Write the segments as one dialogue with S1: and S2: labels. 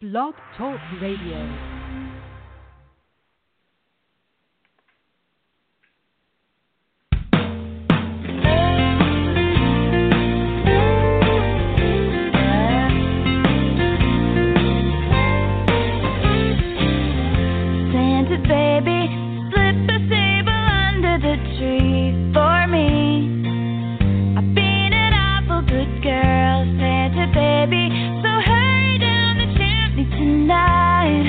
S1: Blog Talk Radio.
S2: Santa baby, slip a sable under the tree for me. I've been an awful good girl, Santa baby, so hurry down the chimney tonight.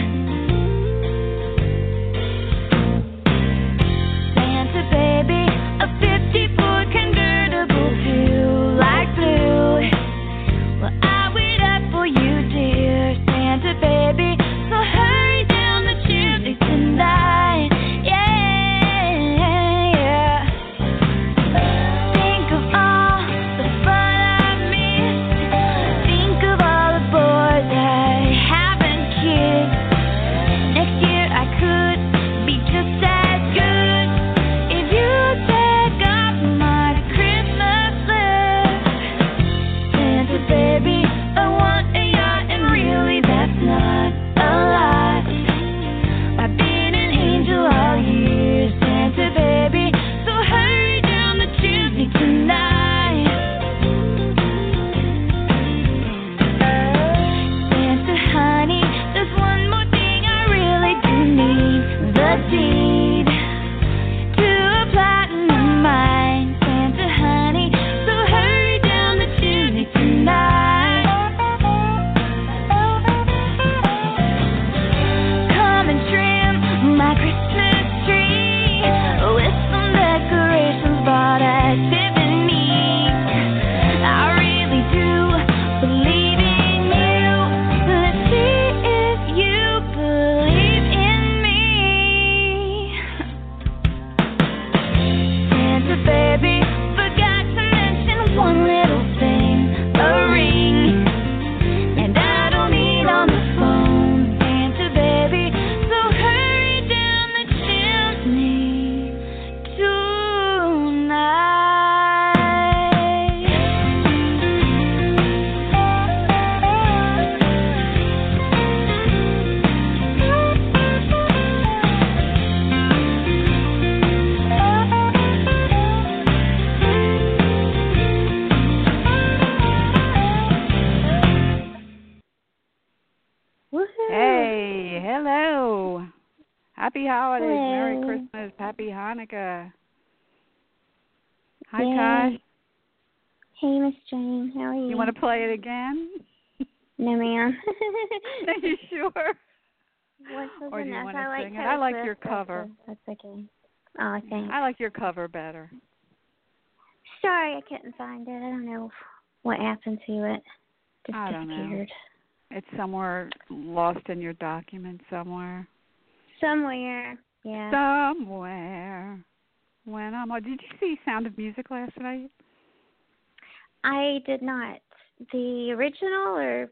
S2: Santa baby, a 54 convertible blue, light blue. Well, I wait up for you, dear Santa baby. So hurry down the chimney tonight. Yeah, yeah. Think of all the fun I missed. Think of all the boys I haven't kissed. Next year I could be just as good if you take up my Christmas list. Santa baby, I want a yacht, and really that's not a lot. I've been an angel all year, Santa baby, so hurry down the chimney tonight. Santa honey, there's one more thing I really do need the deed to a platinum mine. Santa honey, so hurry down the chimney tonight. Come and trim my Christmas tree with some decorations bought at Tiffany's. I really do believe in you. Let's see if you believe in me. Santa baby, forgot to mention one little thing, a ring. And I don't need on the phone, Santa baby, so hurry down the chimney tonight.
S3: Hey, hello. Happy holidays. Merry
S2: Hey.
S3: Christmas. Happy Hanukkah. Hi,
S2: Yay.
S3: Kai.
S2: Hey, Miss Jane, how are you?
S3: You want to play it again?
S2: No, ma'am.
S3: Are you sure?
S2: What's so
S3: Or do you
S2: nice?
S3: wanna
S2: I like
S3: sing it?
S2: how
S3: I
S2: it's
S3: like
S2: with-
S3: your
S2: that's
S3: cover.
S2: o- That's okay. Oh, thanks.
S3: I like your cover better.
S2: Sorry, I couldn't find it. I don't know what happened to it. Just
S3: I don't know.
S2: disappeared
S3: It's somewhere lost in your document somewhere.
S2: somewhere. Yeah.
S3: Somewhere. When I'm on. Did you see Sound of Music last night?
S2: I did not. The original or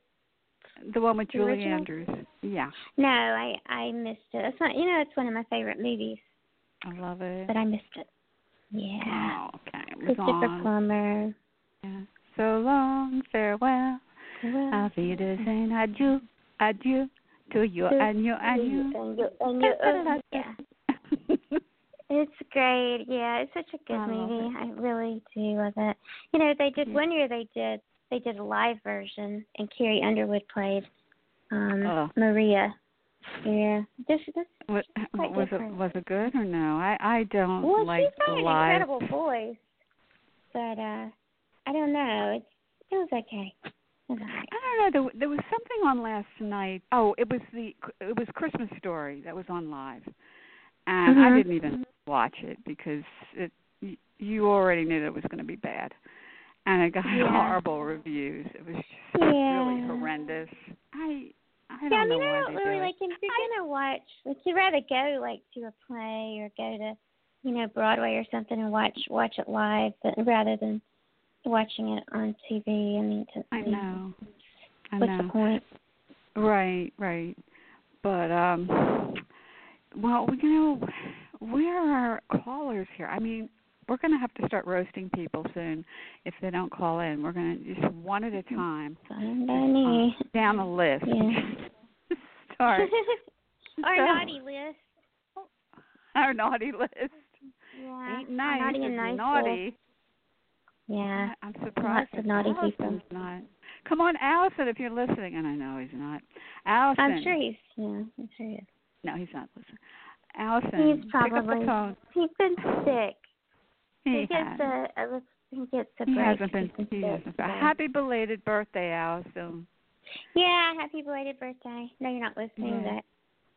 S3: The one with
S2: The
S3: Julie
S2: original?
S3: Andrews. Yeah.
S2: no? I I missed it. It's not. You know, it's one of my favorite movies,
S3: I love it.
S2: but I missed it. Yeah.
S3: Oh, okay. It was
S2: Christopher
S3: on.
S2: Plummer.
S3: Yeah. So long, farewell.
S2: Well,
S3: Auf Wiedersehen, adieu, adieu to you
S2: To
S3: and you and
S2: and
S3: you.
S2: you- and you- oh, yeah. It's great. Yeah, it's such a good
S3: I love
S2: movie. I really do love it. You know, they did
S3: Yeah.
S2: one year they did they did a live version and Carrie Underwood played um
S3: Oh.
S2: Maria. Yeah. This this
S3: Wa-
S2: quite
S3: was it
S2: different.
S3: was it good or no? I I don't
S2: well
S3: Oh, like
S2: she's
S3: the
S2: got an
S3: live.
S2: incredible voice. But uh I don't know. It's it was okay. It was all right.
S3: I don't know. There, w- there was something on last night. Oh, it was the it was Christmas Story that was on live, and
S2: Mhm.
S3: I didn't even watch it because it y- you already knew that it was going to be bad, and it got
S2: Yeah.
S3: horrible reviews. It was just really
S2: Yeah.
S3: horrendous. I I don't
S2: yeah, I
S3: know
S2: mean,
S3: why
S2: I don't
S3: they
S2: really
S3: do it.
S2: like if you're gonna watch, like you'd rather go like to a play or go to, you know, Broadway or something and watch watch it live, but rather than watching it on TV. I mean, to,
S3: I know. I
S2: What's
S3: know.
S2: the point?
S3: Right, right. But um well, you know, where are our callers here? I mean, we're going to have to start roasting people soon if they don't
S4: Mm-hmm.
S3: call in. We're going to just one at a time
S2: Fine by me.
S3: down the list.
S2: Yeah.
S3: Sorry.
S4: Our
S3: So-
S4: naughty list.
S3: Our naughty list.
S4: Yeah.
S3: Ain't nice.
S4: Naughty
S3: is
S4: and nice.
S3: naughty.
S4: list. Yeah.
S3: I- I'm surprised.
S4: of
S3: that
S4: naughty people.
S3: Allison's Not. Come on, Allison, if you're listening, and I know he's not. Allison.
S4: I'm sure he's yeah, I'm sure he is.
S3: No, he's not listening. Allison,
S4: He's
S3: pick up
S4: probably-
S3: the phone.
S4: He's been sick.
S3: He,
S4: gets
S3: has.
S4: a, a let's- he gets a
S3: he
S4: break.
S3: hasn't been.
S4: He's
S3: He
S4: sick,
S3: hasn't
S4: so.
S3: been. Happy belated birthday, Allison.
S4: Yeah, happy belated birthday. No, you're not listening,
S3: Yeah.
S4: but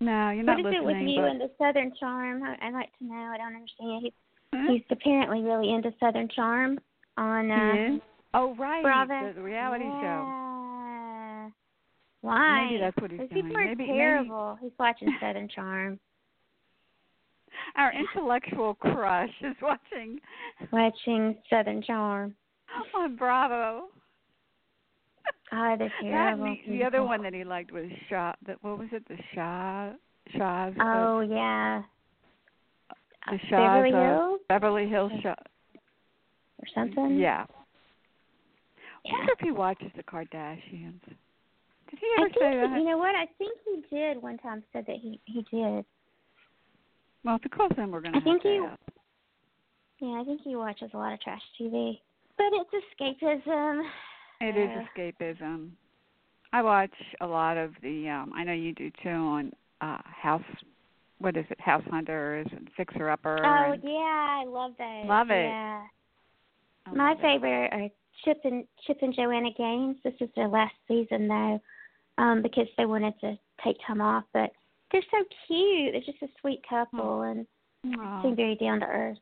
S3: No, you're not
S4: what is
S3: listening.
S4: it with you
S3: but-
S4: and the Southern Charm? I, I'd like to know. I don't understand. He's, he's apparently really into Southern Charm on uh,
S3: Hmm? He is? Oh, right.
S4: Bravo.
S3: The reality show.
S4: yeah. Why?
S3: Maybe that's what he's
S4: Those
S3: doing.
S4: people are
S3: maybe, maybe
S4: terrible. He's watching Southern Charm.
S3: our intellectual crush is watching
S4: Watching Southern Charm.
S3: on Bravo.
S4: God, they're
S3: That and
S4: terrible.
S3: the, the other one that he liked was Shaw. That what was it? The Shaw Shaw's of-
S4: Oh yeah.
S3: uh,
S4: Uh,
S3: the Shaws uh,
S4: Beverly
S3: of
S4: Hills
S3: Beverly Hills Shaw.
S4: or something.
S3: Yeah.
S4: Yeah.
S3: Wonder if he watches the Kardashians. Did he
S4: I
S3: ever
S4: think
S3: say
S4: he-
S3: that?
S4: you know what? I think he did one time. Said that he he did.
S3: well, if he calls in, we're gonna.
S4: I think
S3: have to
S4: he-
S3: ask.
S4: Yeah, I think he watches a lot of trash TV. But it's escapism.
S3: It is
S4: Uh,
S3: escapism. I watch a lot of the um I know you do too on uh house what is it, House Hunters and Fixer Upper
S4: Oh
S3: and
S4: yeah, I love those.
S3: Love it.
S4: Yeah.
S3: I
S4: My
S3: love it.
S4: favorite are Chip and Chip and Joanna Gaines. This is their last season though, um, because they wanted to take time off. But they're so cute. They're just a sweet couple and
S3: Aw.
S4: seem very down to earth.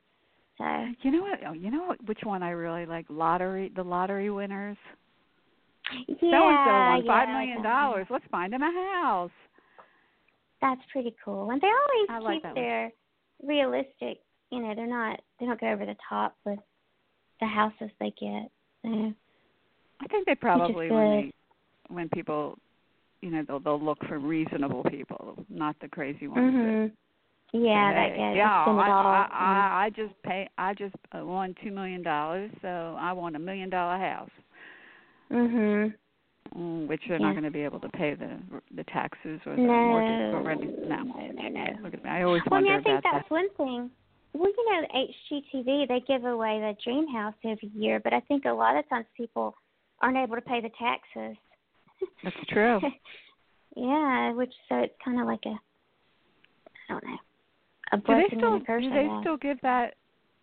S4: So
S3: You know what oh, you know what which one I really like? Lottery the lottery winners. so and so
S4: yeah,
S3: won five
S4: yeah,
S3: million
S4: that one.
S3: dollars. Let's find them a house.
S4: That's pretty cool. And they always
S3: I like
S4: keep
S3: that one.
S4: their realistic. You know, they're not they don't go over the top with the houses they get. So,
S3: I think they probably
S4: good.
S3: when they when people you know, they'll they'll look for reasonable people, not the crazy ones that
S4: mhm. Yeah, that
S3: Mm-hmm. Hey,
S4: guy.
S3: Yeah,
S4: spend it
S3: I,
S4: all.
S3: I, I I just pay. I just uh, won two million dollars, so I want a million dollar house,
S4: mhm.
S3: mm, which they're
S4: Yeah.
S3: not going to be able to pay the the taxes or the
S4: no.
S3: mortgage or rent.
S4: no,
S3: No,
S4: no, no, no.
S3: look at me. I always
S4: Well, I mean,
S3: wonder
S4: I think
S3: about that.
S4: that's one thing. Well, you know, HGTV they give away the dream house every year, but I think a lot of times people aren't able to pay the taxes.
S3: That's true.
S4: yeah, which so it's kind of like a, I don't know, a
S3: do
S4: blessing
S3: they still
S4: and a curse.
S3: do
S4: I
S3: they
S4: guess.
S3: still give that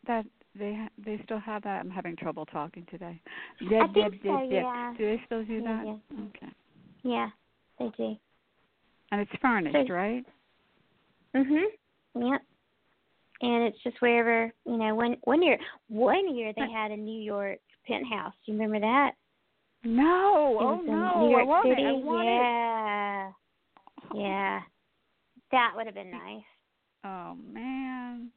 S3: that they ha- they still have that? I'm having trouble talking today. Deb,
S4: I think
S3: deb,
S4: so.
S3: deb, deb.
S4: Yeah,
S3: Do they still do
S4: Yeah,
S3: that?
S4: yeah.
S3: Okay.
S4: yeah, they do.
S3: And it's furnished,
S4: So-
S3: right?
S4: Mhm.
S3: Mm-hmm.
S4: Yep. And it's just wherever you know. One one year, one year they had a New York penthouse. Do you remember that?
S3: No.
S4: It
S3: Oh
S4: was in
S3: no.
S4: New York
S3: I want
S4: City.
S3: it. I want it.
S4: yeah. Yeah. That would have been nice.
S3: Oh man.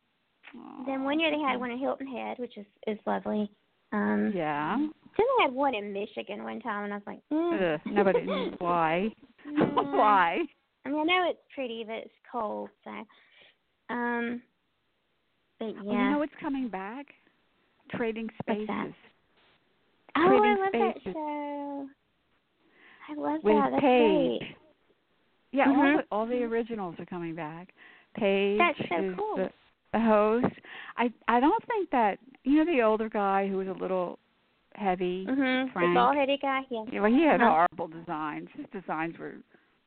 S4: Then one year they had
S3: Aw.
S4: one in Hilton Head, which is is lovely. Um
S3: Yeah.
S4: Then they had one in Michigan one time, and I was like, mm.
S3: Ugh, nobody. Why?
S4: Mm.
S3: Why?
S4: I mean, I know it's pretty, but it's cold, so. Um. But yeah.
S3: Well, you know what's coming back? Trading
S4: What's
S3: spaces
S4: that? oh, I
S3: Trading
S4: love that
S3: Spaces
S4: show. I love
S3: with
S4: that. That's
S3: Paige.
S4: great.
S3: Yeah, all
S4: Mhm.
S3: the all the originals are coming back. Paige
S4: That's so
S3: is
S4: cool.
S3: the, the host. I I don't think that you know the older guy who was a little heavy.
S4: Mhm. The
S3: Frank.
S4: bald-headed guy. Yeah.
S3: Yeah, well, he had
S4: Uh-huh.
S3: horrible designs. His designs were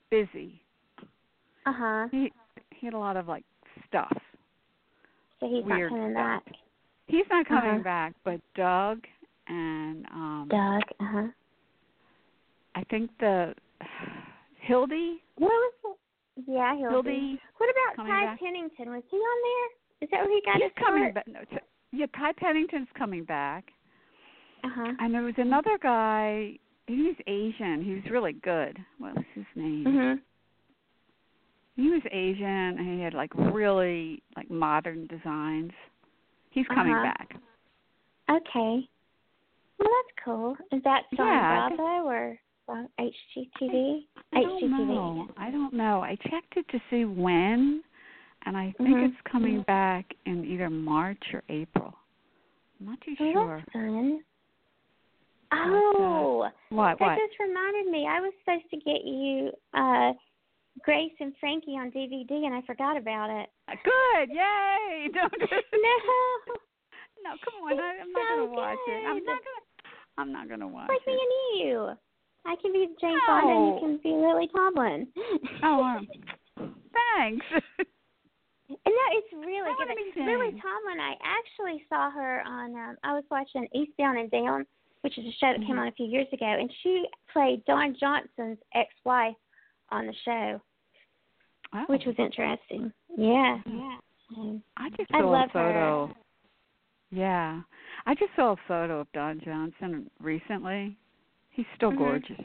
S3: busy.
S4: Uh huh.
S3: He he had a lot of like stuff.
S4: So he's
S3: weird
S4: not coming
S3: stuff.
S4: back.
S3: He's not coming
S4: Uh-huh.
S3: back, but Doug and um
S4: Doug. Uh huh.
S3: I think the Hildy.
S4: What was it? Yeah, he'll
S3: Hildy.
S4: be. What about
S3: coming
S4: Ty
S3: back.
S4: Pennington? Was he on there? Is that where he got
S3: He's
S4: his
S3: coming
S4: start?
S3: back. No, t- yeah, Ty Pennington's coming back.
S4: Uh huh.
S3: And there was another guy. He was Asian. He was really good. What was his name?
S4: Mhm.
S3: He was Asian, and he had like really like modern designs. He's coming
S4: Uh-huh.
S3: back.
S4: Okay. Well, that's cool. Is that on
S3: Yeah, I think-
S4: Bravo or on HGTV?
S3: I don't
S4: HGTV.
S3: know. I don't know. I checked it to see when, and I think
S4: Mhm.
S3: it's coming back in either March or April. I'm not too
S4: Oh,
S3: sure.
S4: that's fun.
S3: uh,
S4: Oh, that
S3: What? What?
S4: just reminded me. I was supposed to get you uh Grace and Frankie on DVD, and I forgot about it.
S3: Good, yay! Don't
S4: No,
S3: no, come on, I, I'm not
S4: so
S3: gonna watch it. I'm
S4: good.
S3: not gonna. I'm not gonna watch
S4: like me
S3: it.
S4: and you. I can be Jane Fonda, and you
S3: No.
S4: can be Lily Tomlin.
S3: Oh, um, thanks.
S4: And no, it's really
S3: That
S4: good.
S3: would've been
S4: Lily
S3: fun.
S4: Tomlin, I actually saw her on. Um, I was watching Eastbound and Down, which is a show that came
S3: Mhm.
S4: on a few years ago, and she played Don Johnson's ex-wife on the show,
S3: Oh,
S4: which was interesting. Yeah.
S3: Yeah.
S4: Um,
S3: I just
S4: I
S3: saw
S4: love
S3: a
S4: her.
S3: photo. Yeah, I just saw a photo of Don Johnson recently. He's still
S4: Mhm.
S3: gorgeous.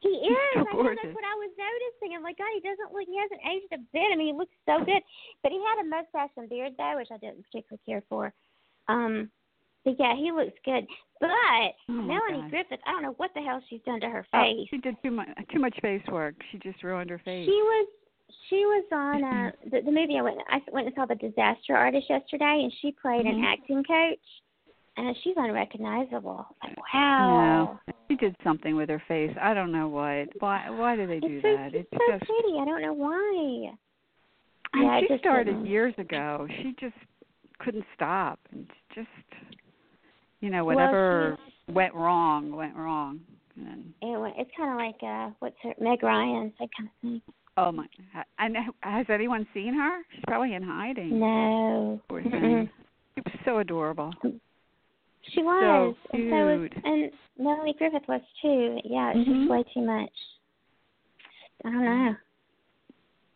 S4: He
S3: He's
S4: is.
S3: so
S4: I know
S3: gorgeous.
S4: that's what I was noticing. I'm like, God, he doesn't look. He hasn't aged a bit. I mean, he looks so good. But he had a mustache and beard though, which I didn't particularly care for. Um, but yeah, he looks good. But
S3: Oh, my
S4: Melanie
S3: God.
S4: Griffith, I don't know what the hell she's done to her
S3: Oh,
S4: face.
S3: she did too much too much face work. She just ruined her face.
S4: she was she was on uh, the, the movie. I went I went and saw the Disaster Artist yesterday, and she played an
S3: Mhm.
S4: acting coach. And she's unrecognizable. Like, wow.
S3: No, she did something with her face. I don't know what. Why? Why do they do
S4: it's so,
S3: that?
S4: It's
S3: It's
S4: so
S3: just.
S4: pretty. I don't know why.
S3: and
S4: Yeah, it
S3: she
S4: just
S3: started
S4: didn't-
S3: years ago. She just couldn't stop, and she just, you know, whatever
S4: Well,
S3: went wrong went wrong. And then,
S4: she, it, wa- it's kind of like uh, what's her Meg Ryan, that kind of thing.
S3: oh my! And has anyone seen her? She's probably in hiding.
S4: No,
S3: Poor
S4: Mm-mm.
S3: thing. She was so adorable.
S4: she was,
S3: So
S4: and so was,
S3: cute.
S4: and Melanie Griffith was too. Yeah, it's
S3: Mhm.
S4: just way too much. I don't
S3: Mm-hmm.
S4: know.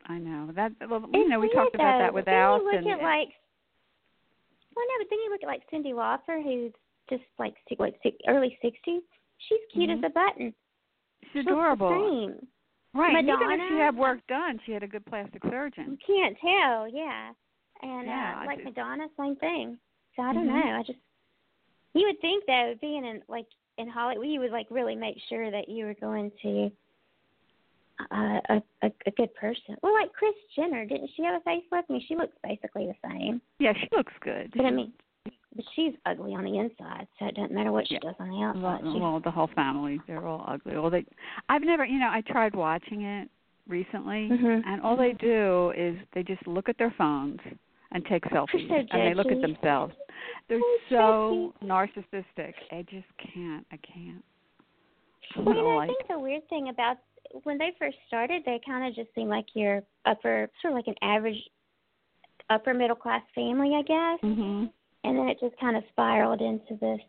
S3: I know that. Well, you
S4: It's
S3: know, uh, we
S4: weird,
S3: talked about
S4: though.
S3: that with
S4: Then
S3: Alice.
S4: You look
S3: and,
S4: at like, well, no, but then you look at like Cindy Lauper, who's just like si- what si- early sixties. She's cute
S3: Mhm.
S4: as a button.
S3: she's
S4: She looks
S3: adorable.
S4: The same.
S3: Right. and Even if she
S4: Madonna.
S3: had work done, she had a good plastic surgeon.
S4: You can't tell, yeah. And
S3: Yeah,
S4: uh,
S3: I
S4: like
S3: just-
S4: Madonna, same thing. So I don't
S3: Mhm.
S4: know. I just you would think though, being in like in Hollywood, you would like really make sure that you were going to uh, a, a a good person. Well, like Chris Jenner, didn't she have a facelift? I mean, she looks basically the same,
S3: Yeah, she looks good.
S4: but I mean, but she's ugly on the inside, so it doesn't matter what she
S3: Yeah.
S4: does on the
S3: well,
S4: outside. She's
S3: well, the whole family, they're all ugly. All they, I've never, you know, I tried watching it recently,
S4: Mhm.
S3: and all they do is they just look at their phones and take selfies,
S4: so
S3: and they look at
S4: judgy.
S3: themselves. They're
S4: So
S3: so narcissistic. I just can't. I can't. I
S4: Well, you
S3: don't
S4: know, I
S3: like
S4: think the weird thing about when they first started, they kind of just seemed like your upper, sort of like an average upper middle class family, I guess.
S3: hmm
S4: And then it just kind of spiraled into this,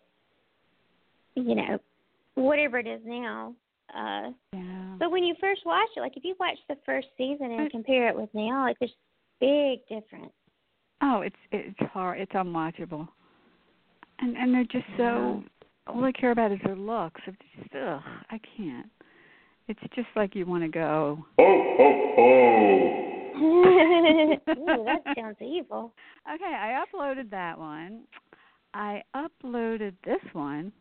S4: you know, whatever it is now. Uh,
S3: Yeah.
S4: but when you first watch it, like if you watch the first season and
S3: Mm-hmm. Right.
S4: compare it with now, like there's big difference.
S3: Oh, it's it's hard. It's unwatchable. And and they're just so all they care about is their looks. It's just ugh, I can't. It's just like you want to go.
S4: Ooh, that sounds evil.
S3: Okay, I uploaded that one. I uploaded this one.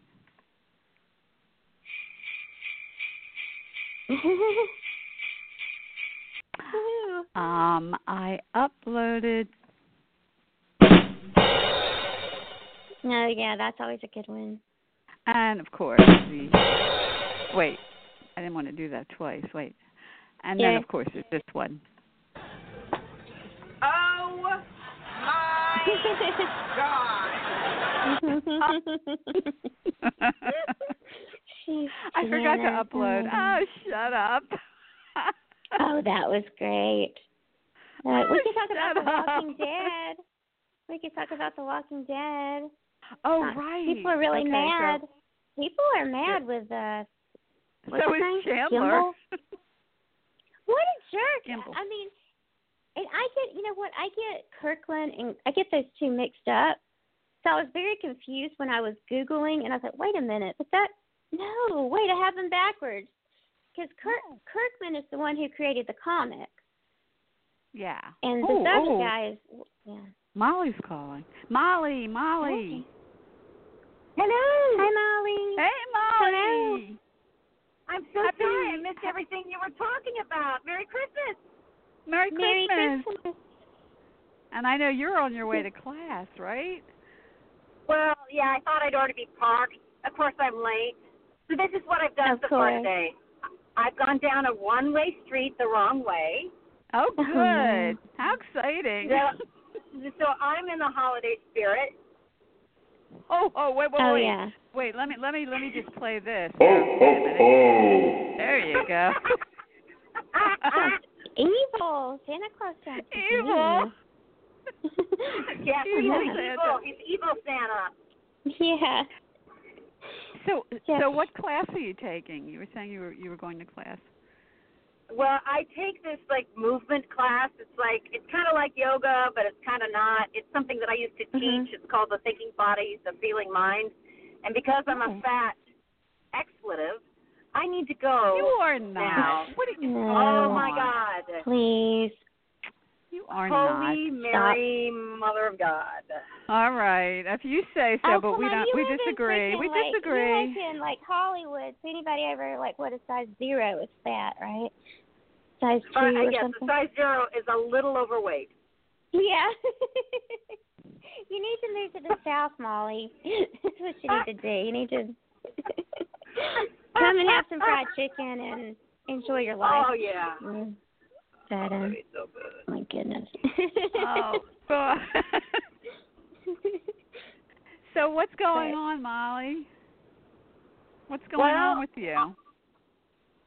S3: Um, I uploaded.
S4: no, yeah, that's always a good one.
S3: And of course, the wait, I didn't want to do that twice. Wait, and then
S4: Yeah.
S3: of course it's this one.
S4: She's
S3: I forgot
S4: Janice.
S3: to upload.
S4: Oh, my
S3: Oh, shut up.
S4: God. Oh, that was great. Uh, we
S3: Oh,
S4: could talk about
S3: shut
S4: The Walking
S3: up.
S4: Dead. We could talk about The Walking Dead.
S3: oh,
S4: Uh,
S3: right.
S4: People are really
S3: Okay, so-
S4: mad. People are mad with uh
S3: So,
S4: what's his
S3: is
S4: name?
S3: Chandler.
S4: Kimball? What a jerk!
S3: Gimbel.
S4: I mean, and I get you know what I get Kirkland and I get those two mixed up. So I was very confused when I was googling, and I was like, wait a minute, but that no, wait, I have them backwards because Kirk, Kirkland is the one who created the comic,
S3: yeah.
S4: and
S3: oh,
S4: this other
S3: oh,
S4: guy is yeah.
S3: Molly's calling. Molly, Molly.
S5: Hello.
S4: Hi Molly.
S3: Hey, Molly.
S5: I'm so
S3: Happy-
S5: sorry. I missed everything you were talking about. Merry Christmas.
S3: Merry,
S4: Merry
S3: Christmas.
S4: Christmas.
S3: And I know you're on your way to class, right?
S5: Well, yeah, I thought I'd already be parked. Of course, I'm late. So this is what I've done
S4: Of
S5: so far
S4: course.
S5: today. I've gone down a one way street the wrong way.
S3: Oh,
S4: Mm-hmm.
S3: good. How exciting.
S5: So, so I'm in the holiday spirit.
S3: Oh, oh, wait, wait,
S4: Oh,
S3: wait.
S4: yeah.
S3: Wait, let me let me let me just play this.
S6: Oh,
S3: Wait a
S6: oh,
S3: minute.
S6: oh.
S3: There you go. Ah.
S4: Evil. Santa Claus sounds Mm-hmm.
S3: Evil.
S4: mean.
S5: yes, Oh. he's
S4: Evil
S5: evil.
S3: Santa.
S5: He's evil Santa.
S4: yeah.
S3: So
S4: Yes.
S3: so what class are you taking? You were saying you were you were going to class.
S5: Well, I take this like movement class. It's like it's kind of like yoga, but it's kind of not. It's something that I used to teach.
S3: Mm-hmm.
S4: Mhm.
S5: It's called the thinking body, the feeling mind. And because I'm
S3: Oh.
S5: a fat expletive, I need to go.
S3: You are not.
S5: Oh, now.
S3: What are you
S4: No.
S5: oh
S3: come
S5: my
S3: on.
S5: God!
S4: Please.
S3: You are not.
S5: Holy Mary, Mother of God.
S3: All right. If you say so,
S4: oh,
S3: but we
S4: come on,
S3: don't
S4: you
S3: we
S4: live in
S3: disagree.
S4: freaking,
S3: We
S4: like, You
S3: disagree.
S4: live in like Hollywood, so anybody over like what a size zero is fat, right? Size two
S3: Uh,
S5: But I
S4: or
S5: guess Uh, the
S4: something.
S5: size zero is a little overweight.
S4: Yeah. you need to move to the south, Molly. That's what you need to do. You need to come and have some fried chicken and enjoy your life.
S5: Oh yeah.
S4: Mm. But, um,
S5: It's so good.
S4: my goodness.
S3: Oh God. so what's going
S4: But-
S3: on, Molly? What's going on
S5: Well,
S3: with you?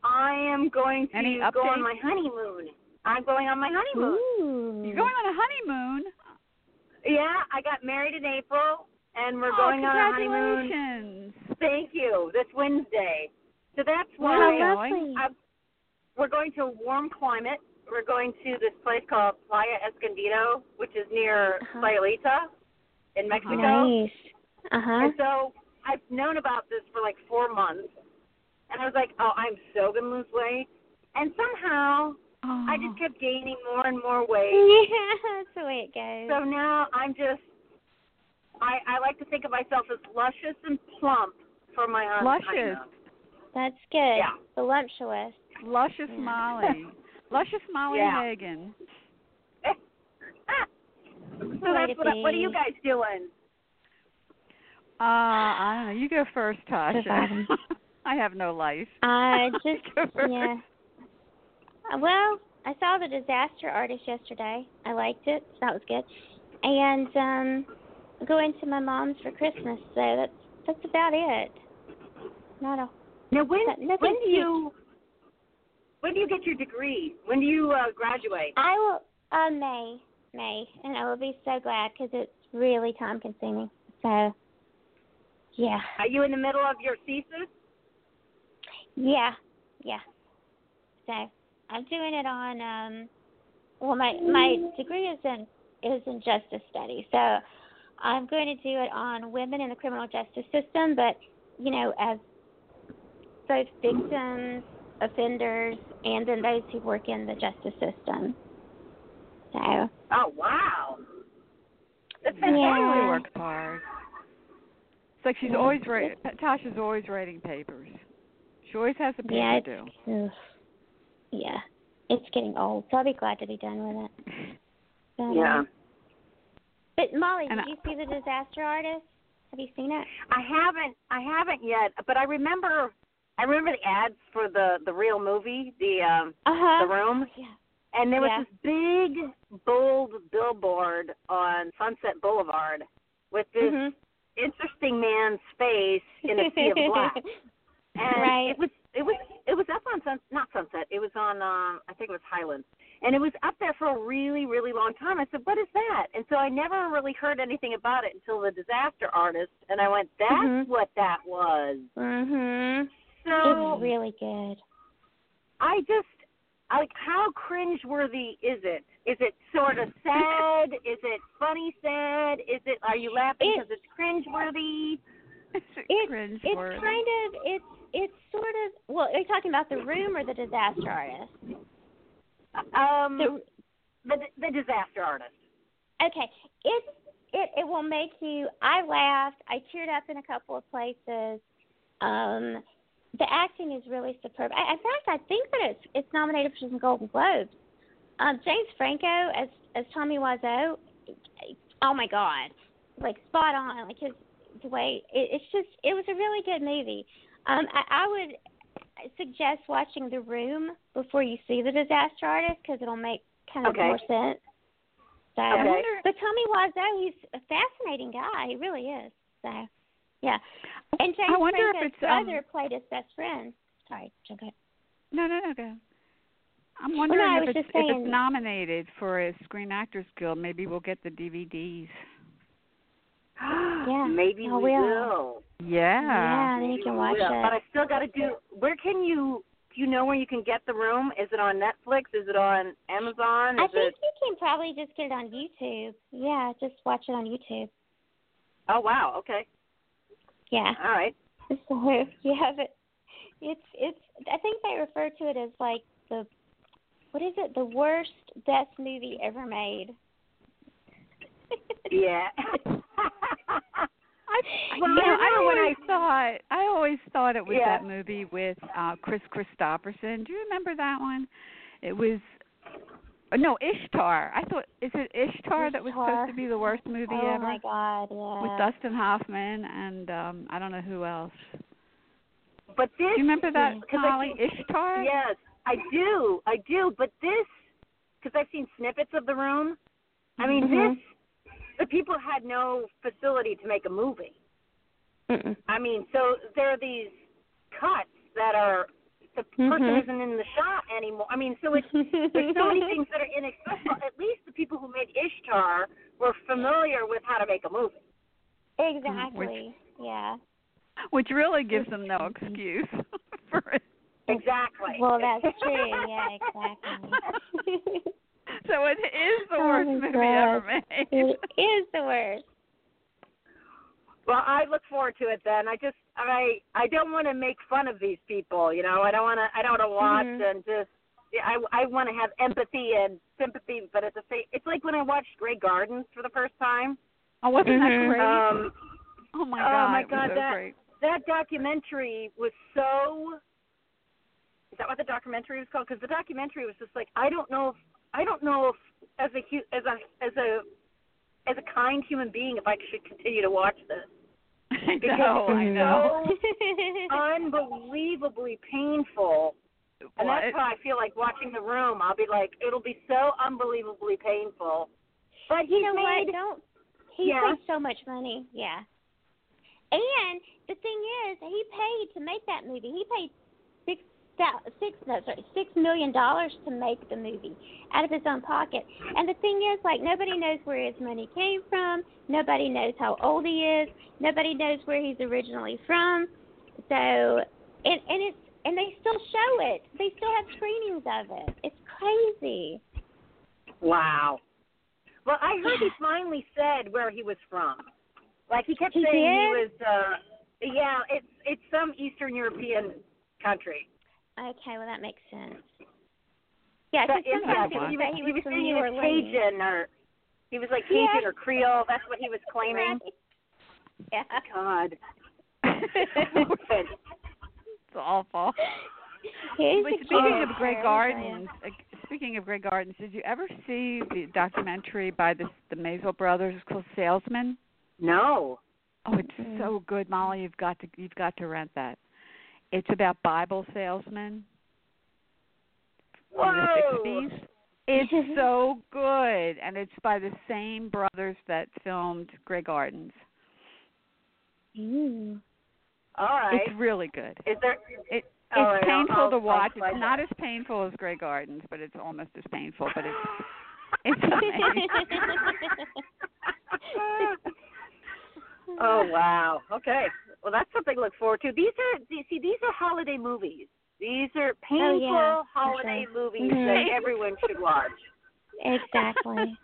S5: I am going to
S3: Any
S5: go
S3: updates?
S5: on my honeymoon. I'm going on my honeymoon.
S4: Ooh.
S3: You're going on a honeymoon.
S5: Yeah, I got married in April, and we're
S3: oh,
S5: going on a honeymoon.
S3: congratulations.
S5: Thank you. This Wednesday. So that's
S3: Wow,
S5: why
S3: that's
S4: lovely.
S5: I'm- we're going to a warm climate. We're going to this place called Playa Escondido, which is near
S4: Uh-huh.
S5: Sayulita in
S3: Uh-huh.
S5: Mexico.
S4: Nice. Uh huh.
S5: And so I've known about this for like four months, and I was like, oh, I'm so gonna lose weight. And somehow
S3: Oh.
S5: I just kept gaining more and more weight.
S4: Yeah, that's the way it goes.
S5: So now I'm just I I like to think of myself as luscious and plump for my own
S3: Luscious.
S4: That's good.
S5: Yeah.
S4: Voluptuous.
S3: Luscious Molly. Luscious Molly
S5: Yeah.
S3: Hagen.
S5: so
S4: Way
S5: that's
S4: to
S5: what I, what are you
S4: be.
S5: guys doing?
S3: Uh, I don't know. You go first, Tasha.
S4: Surviving.
S3: I have no life.
S4: I Uh, just
S3: Go first.
S4: yeah. Uh, Well, I saw the disaster artist yesterday. I liked it, so that was good. And um going to my mom's for Christmas, so that's that's about it. Not a
S5: Now when
S4: But nothing
S5: when do
S4: huge.
S5: you when do you get your degree? When do you uh, graduate?
S4: I will uh May. May. And I will be so glad because it's really time consuming. So yeah.
S5: Are you in the middle of your thesis?
S4: Yeah, yeah. So I'm doing it on um well my my degree is in is in justice studies. So I'm going to do it on women in the criminal justice system, but you know, as both victims, offenders, and then those who work in the justice system. So
S5: Oh wow, that's
S4: Yeah.
S5: fantastic.
S3: Molly works hard. It's like she's
S4: Yeah.
S3: always writing. Tasha's always writing papers. She always has a paper
S4: yeah,
S3: due.
S4: it's, oof. yeah, it's getting old. So I'll be glad to be done with it. So,
S5: Yeah,
S4: But Molly,
S3: And
S4: did you see the disaster artist? Have you seen it?
S5: I haven't I haven't yet, but I remember I remember the ads for the the real movie, the um,
S4: Uh huh.
S5: the room.
S4: Yeah.
S5: And there was
S4: Yeah.
S5: this big, bold billboard on Sunset Boulevard with this
S4: Mhm.
S5: interesting man's face in a sea of black. And
S4: Right.
S5: it was it was it was up on sun not sunset. It was on um I think it was Highland. And it was up there for a really, really long time. I said, What is that? And so I never really heard anything about it until the disaster artist and I went, That's
S4: Mhm.
S5: what that was.
S4: mhm.
S5: So
S4: It's really good.
S5: I just like how cringeworthy is it? Is it sort of sad? is it funny sad? Is it are you laughing because it's cringeworthy?
S4: It's-
S3: cringe
S4: It's kind of it's it's sort of well, are you talking about the room or the disaster artist?
S5: Um,
S4: The,
S5: the the disaster artist.
S4: okay, it's it it will make you. I laughed. I cheered up in a couple of places. Um, the acting is really superb. I, in fact, I think that it's it's nominated for some Golden Globes. Um, James Franco as as Tommy Wiseau. Oh my God, like spot on. Like his the way it, it's just it was a really good movie. Um, I, I would suggest watching The Room before you see The Disaster Artist because it'll make kind of
S5: Okay.
S4: more sense. So,
S5: Okay. I wonder-
S4: but Tommy Wiseau, he's a fascinating guy. He really is. So, yeah. And James
S3: I wonder if
S4: Franco's
S3: it's um,
S4: brother played his best friend. Sorry, Jessica.
S3: No, no, no, go. I'm wondering
S4: I was
S3: if, it's,
S4: just
S3: if
S4: saying-
S3: it's nominated for a Screen Actors Guild. Maybe we'll get the DVDs.
S4: Yeah,
S5: Maybe
S4: I
S5: we
S4: will.
S5: will.
S3: Yeah.
S4: Yeah, then you
S5: Maybe
S4: can
S5: we
S4: watch
S5: will. Oh, But I
S4: it.
S5: still got to do. Where can you? Do you know where you can get the room? Is it on Netflix? Is it on Amazon? Is
S4: I think
S5: it?
S4: you can probably just get it on YouTube. Yeah, just watch it on YouTube.
S5: Oh wow. Okay.
S4: Yeah.
S5: All right.
S4: So yeah, but it's it's. I think they refer to it as like the what is it? The worst best movie ever made.
S5: Yeah.
S3: I,
S5: Well,
S3: you know,
S5: I
S3: I always
S5: always-
S3: thought I always thought it was
S5: Yeah.
S3: that movie with uh Chris Christopherson. Do you remember that one? It was uh, no Ishtar. I thought is it Ishtar, that was
S4: Ishtar.
S3: supposed to be the worst movie
S4: oh
S3: ever
S4: my god! Yeah.
S3: with Dustin Hoffman and um I don't know who else.
S5: but this.
S3: Do you remember that
S5: because I
S3: Molly
S5: think-
S3: Ishtar?
S5: Yes, I do. I do. But this, because I've seen snippets of the room. I mean,
S4: Mhm.
S5: this. The people had no facility to make a movie.
S4: Mm-mm.
S5: I mean, so there are these cuts that are the person
S4: Mhm.
S5: isn't in the shot anymore. I mean, so it's there's so many things that are inaccessible. At least the people who made Ishtar were familiar with how to make a movie.
S4: Exactly. Yeah.
S3: Which really gives them no excuse for it.
S5: Exactly.
S4: Well, that's true. Yeah, exactly.
S3: So it is the
S4: Oh
S3: worst
S4: my
S3: movie
S4: God.
S3: ever made.
S4: it is the worst.
S5: Well, I look forward to it then. I just I I don't want to make fun of these people, you know. I don't want to I don't want to watch
S4: Mhm.
S5: and just yeah, I I want to have empathy and sympathy, but at the same it's like when I watched Grey Gardens for the first time.
S3: Oh, wasn't
S4: Mhm.
S3: that great?
S5: Um
S3: oh my
S5: oh
S3: god,
S5: my
S3: it was
S5: God,
S3: so
S5: that-
S3: great.
S5: that documentary was so is that what the documentary was called because the documentary was just like i don't know if i don't know if as a hu- as a as a as a kind human being if i should continue to watch this
S3: I
S5: because
S3: know,
S5: it's
S3: I know.
S5: so unbelievably painful and that's how i feel like watching the room i'll be like it'll be so unbelievably painful but he
S4: you know
S5: made
S4: what? Don't he
S5: Yeah.
S4: paid so much money? Yeah. And the thing is, he paid to make that movie. He paid six thou- six no sorry six million dollars to make the movie out of his own pocket. And the thing is, like nobody knows where his money came from. Nobody knows how old he is. Nobody knows where he's originally from. So and and it's and they still show it. They still have screenings of it. It's crazy.
S5: Wow. Well, I heard he finally said where he was from. Like he kept
S4: He
S5: saying he was
S4: did?
S5: uh yeah, it's it's some Eastern European country.
S4: Okay, well that makes sense. Yeah,
S5: But
S4: because
S5: it- yeah,
S4: sometimes
S5: I
S4: people
S5: think he
S4: say
S5: was,
S4: he
S5: he
S4: was
S5: was
S4: from
S5: saying he
S4: New
S5: was
S4: Orleans.
S5: Cajun or he was like
S4: Yeah.
S5: Cajun or Creole. That's what he was claiming.
S4: Right. Yeah.
S5: God.
S3: It's awful.
S4: He's
S3: but
S4: a
S3: speaking
S4: character,
S3: of Grey
S4: I'm
S3: Gardens, uh, speaking of Grey Gardens, did you ever see the documentary by the the Maisel brothers it's called Salesman?
S5: no.
S3: Oh, it's
S4: Mm.
S3: so good, Molly. You've got to you've got to rent that. It's about Bible salesmen in
S5: Whoa.
S3: the sixties. It's so good, and it's by the same brothers that filmed Grey Gardens.
S4: telling you.
S5: All right.
S3: It's really good.
S5: Is there
S3: It, it's
S5: All right, Oh, I'll-
S3: painful
S5: I'll-
S3: to
S5: I'll
S3: watch.
S5: try
S3: it's not
S5: that.
S3: as painful as Grey Gardens, but it's almost as painful. But it's it's amazing.
S5: oh wow. Okay. Well, that's something to look forward to. These are these- see these are holiday movies. These
S3: Oh,
S5: are painful
S4: yeah, for
S5: holiday
S4: sure.
S5: movies
S3: Mm-hmm.
S4: Mhm.
S5: that everyone should watch.
S4: Exactly.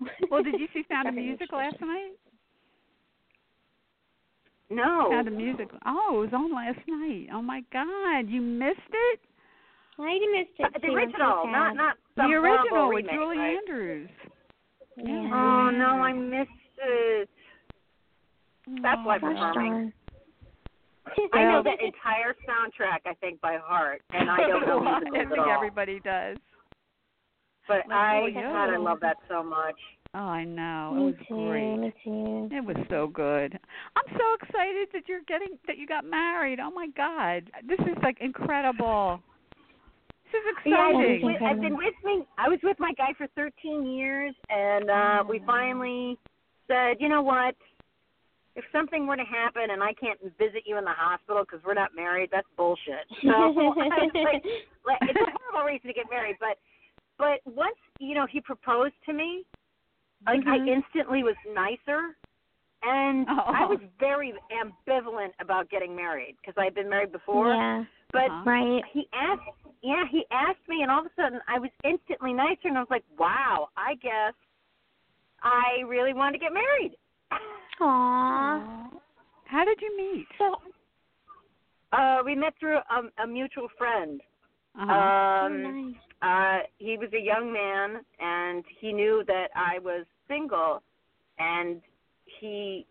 S3: well, did you see Sound of
S4: Sorry,
S3: Music
S4: Mr.
S3: last night?
S5: No.
S3: Sound of Music. Oh, it was on last night. Oh my God, you missed it.
S4: I missed it.
S5: Uh, the
S4: too. I'm so
S5: original, not
S4: sad.
S5: not
S3: The
S5: some
S3: original
S5: horrible
S3: with
S5: remake,
S3: Julie
S5: right?
S3: Andrews. Mm-hmm.
S4: Yeah.
S5: Oh no, I missed it. That's why
S3: Oh,
S5: we're
S4: Gosh darn.
S5: I know that entire soundtrack I think by heart, and I don't know
S3: I
S5: musicals at
S3: think
S5: all.
S3: everybody does.
S5: But
S3: Like,
S5: I
S3: oh, yeah.
S5: God, I love that so much.
S3: Oh, I know.
S4: me
S3: it was
S4: too.
S3: great.
S4: Me too.
S3: It was so good. I'm so excited that you're getting that you got married. Oh my god. This is like incredible. This is
S5: Yeah, I've
S3: exciting.
S5: been, with, I've been with me. I was with my guy for 13 years, and uh
S3: Oh,
S5: we finally said, you know what? If something were to happen and I can't visit you in the hospital because we're not married, that's bullshit. So I was like, like, it's a horrible reason to get married, but but once you know he proposed to me, like I instantly was nicer, and
S3: Mm-hmm. Oh.
S5: I was very ambivalent about getting married because I had been married before,
S4: yeah.
S5: but
S3: Uh-huh.
S4: Right.
S5: he asked yeah he asked me and all of a sudden i was instantly nicer and i was like wow i guess i really want to get married
S4: Aww.
S3: Aw. How did you meet?
S5: so uh we met through a, a mutual friend
S3: Uh-huh.
S5: um uh he was a young man and he knew that i was single and he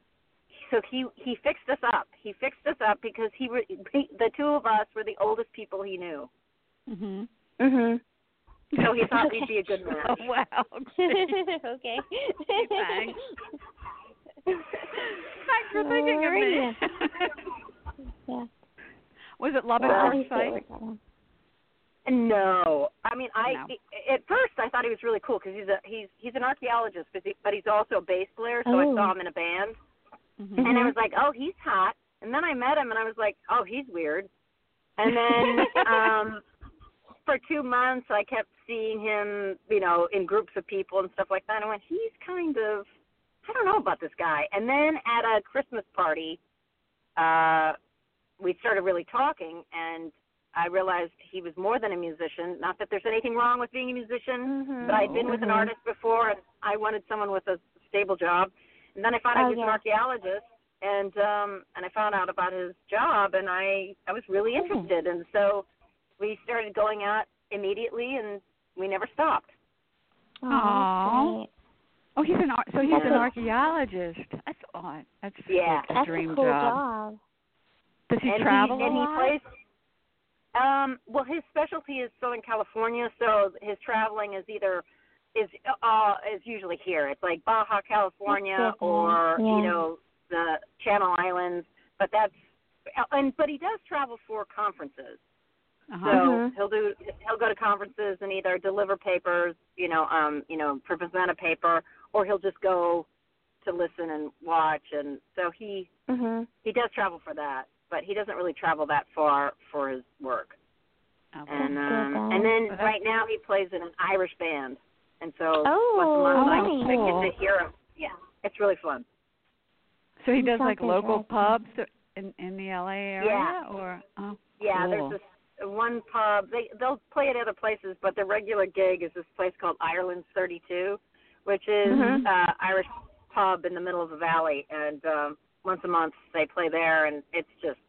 S5: so he he fixed us up he fixed us up because he, re, he the two of us were the oldest people he knew
S3: hmm
S4: Mhm.
S5: so he thought we'd be a good match
S3: Oh wow. Thanks
S4: okay.
S3: Thanks. for thinking of me.
S4: Maria. Yeah.
S3: was it love at
S5: Well,
S3: first sight?
S5: No, I mean, I
S3: No.
S5: at first I thought he was really cool because he's a he's he's an archaeologist, but he, but he's also a bass player. So I
S4: Oh.
S5: saw him in a band,
S3: Mhm.
S5: and I was like, oh, he's hot. And then I met him, and I was like, oh, he's weird. And then um, for two months, I kept seeing him, you know, in groups of people and stuff like that. And I went, he's kind of, I don't know about this guy. And then at a Christmas party, uh, we started really talking, and I realized he was more than a musician. Not that there's anything wrong with being a musician,
S4: Mm-hmm.
S5: but I'd been with an artist before, and I wanted someone with a stable job. And then I found out
S4: Oh,
S5: he was an
S4: yeah.
S5: archaeologist, and um, and I found out about his job, and I I was really
S4: Mm.
S5: interested, and so we started going out immediately, and we never stopped.
S3: Aw. Oh, he's an ar- so he's an
S5: Yeah.
S3: archaeologist. That's odd. That's
S5: Yeah.
S3: like a
S4: That's
S3: dream
S4: a cool
S3: job.
S4: job.
S3: Does he
S5: and
S3: travel
S5: he,
S3: a
S5: and
S3: lot?
S5: he plays. Um, well, his specialty is Southern California, so his traveling is either is uh is usually here. It's like Baja California
S4: That's good,
S5: or
S4: yeah.
S5: you know the Channel Islands, but that's and but he does travel for conferences. So
S3: uh-huh.
S5: he'll do he'll go to conferences and either deliver papers, you know, um, you know, present a paper, or he'll just go to listen and watch. And so he
S4: Mhm.
S5: he does travel for that, but he doesn't really travel that far for his work.
S3: Okay.
S5: And
S4: That's good,
S5: um, and then
S3: Well, that's-
S5: right now he plays in an Irish band, and so
S4: Oh,
S5: once a month I-
S4: nice.
S5: I, get to hear him. Yeah, it's really fun.
S3: So he
S4: That
S3: does like
S4: sounds
S3: local
S4: interesting.
S3: pubs in in the LA area
S5: Yeah.
S3: or oh
S5: Yeah,
S3: cool.
S5: there's this one pub. They they'll play at other places, but their regular gig is this place called Ireland's 32, which is
S4: Mhm.
S3: Mm-hmm.
S5: uh Irish pub in the middle of the valley, and um once a month they play there, and it's just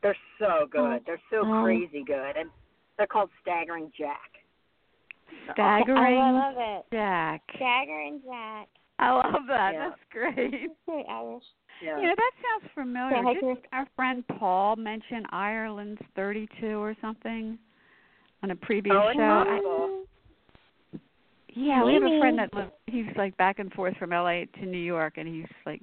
S5: they're so good. They're so
S4: Oh.
S5: crazy good, and they're called Staggering Jack.
S3: staggering
S4: Oh, I love it.
S3: Jack.
S4: Jagger and Jack.
S3: I love that.
S5: Yeah.
S3: That's great.
S4: Very Irish.
S5: Yeah.
S3: You know that sounds familiar.
S4: Yeah, I
S3: Did our friend Paul mention Ireland's 32 or something on a previous
S5: Oh, it's
S3: show? I-
S5: possible.
S3: yeah, we have a friend
S4: Maybe.
S3: that lives. He's like back and forth from LA to New York, and he's like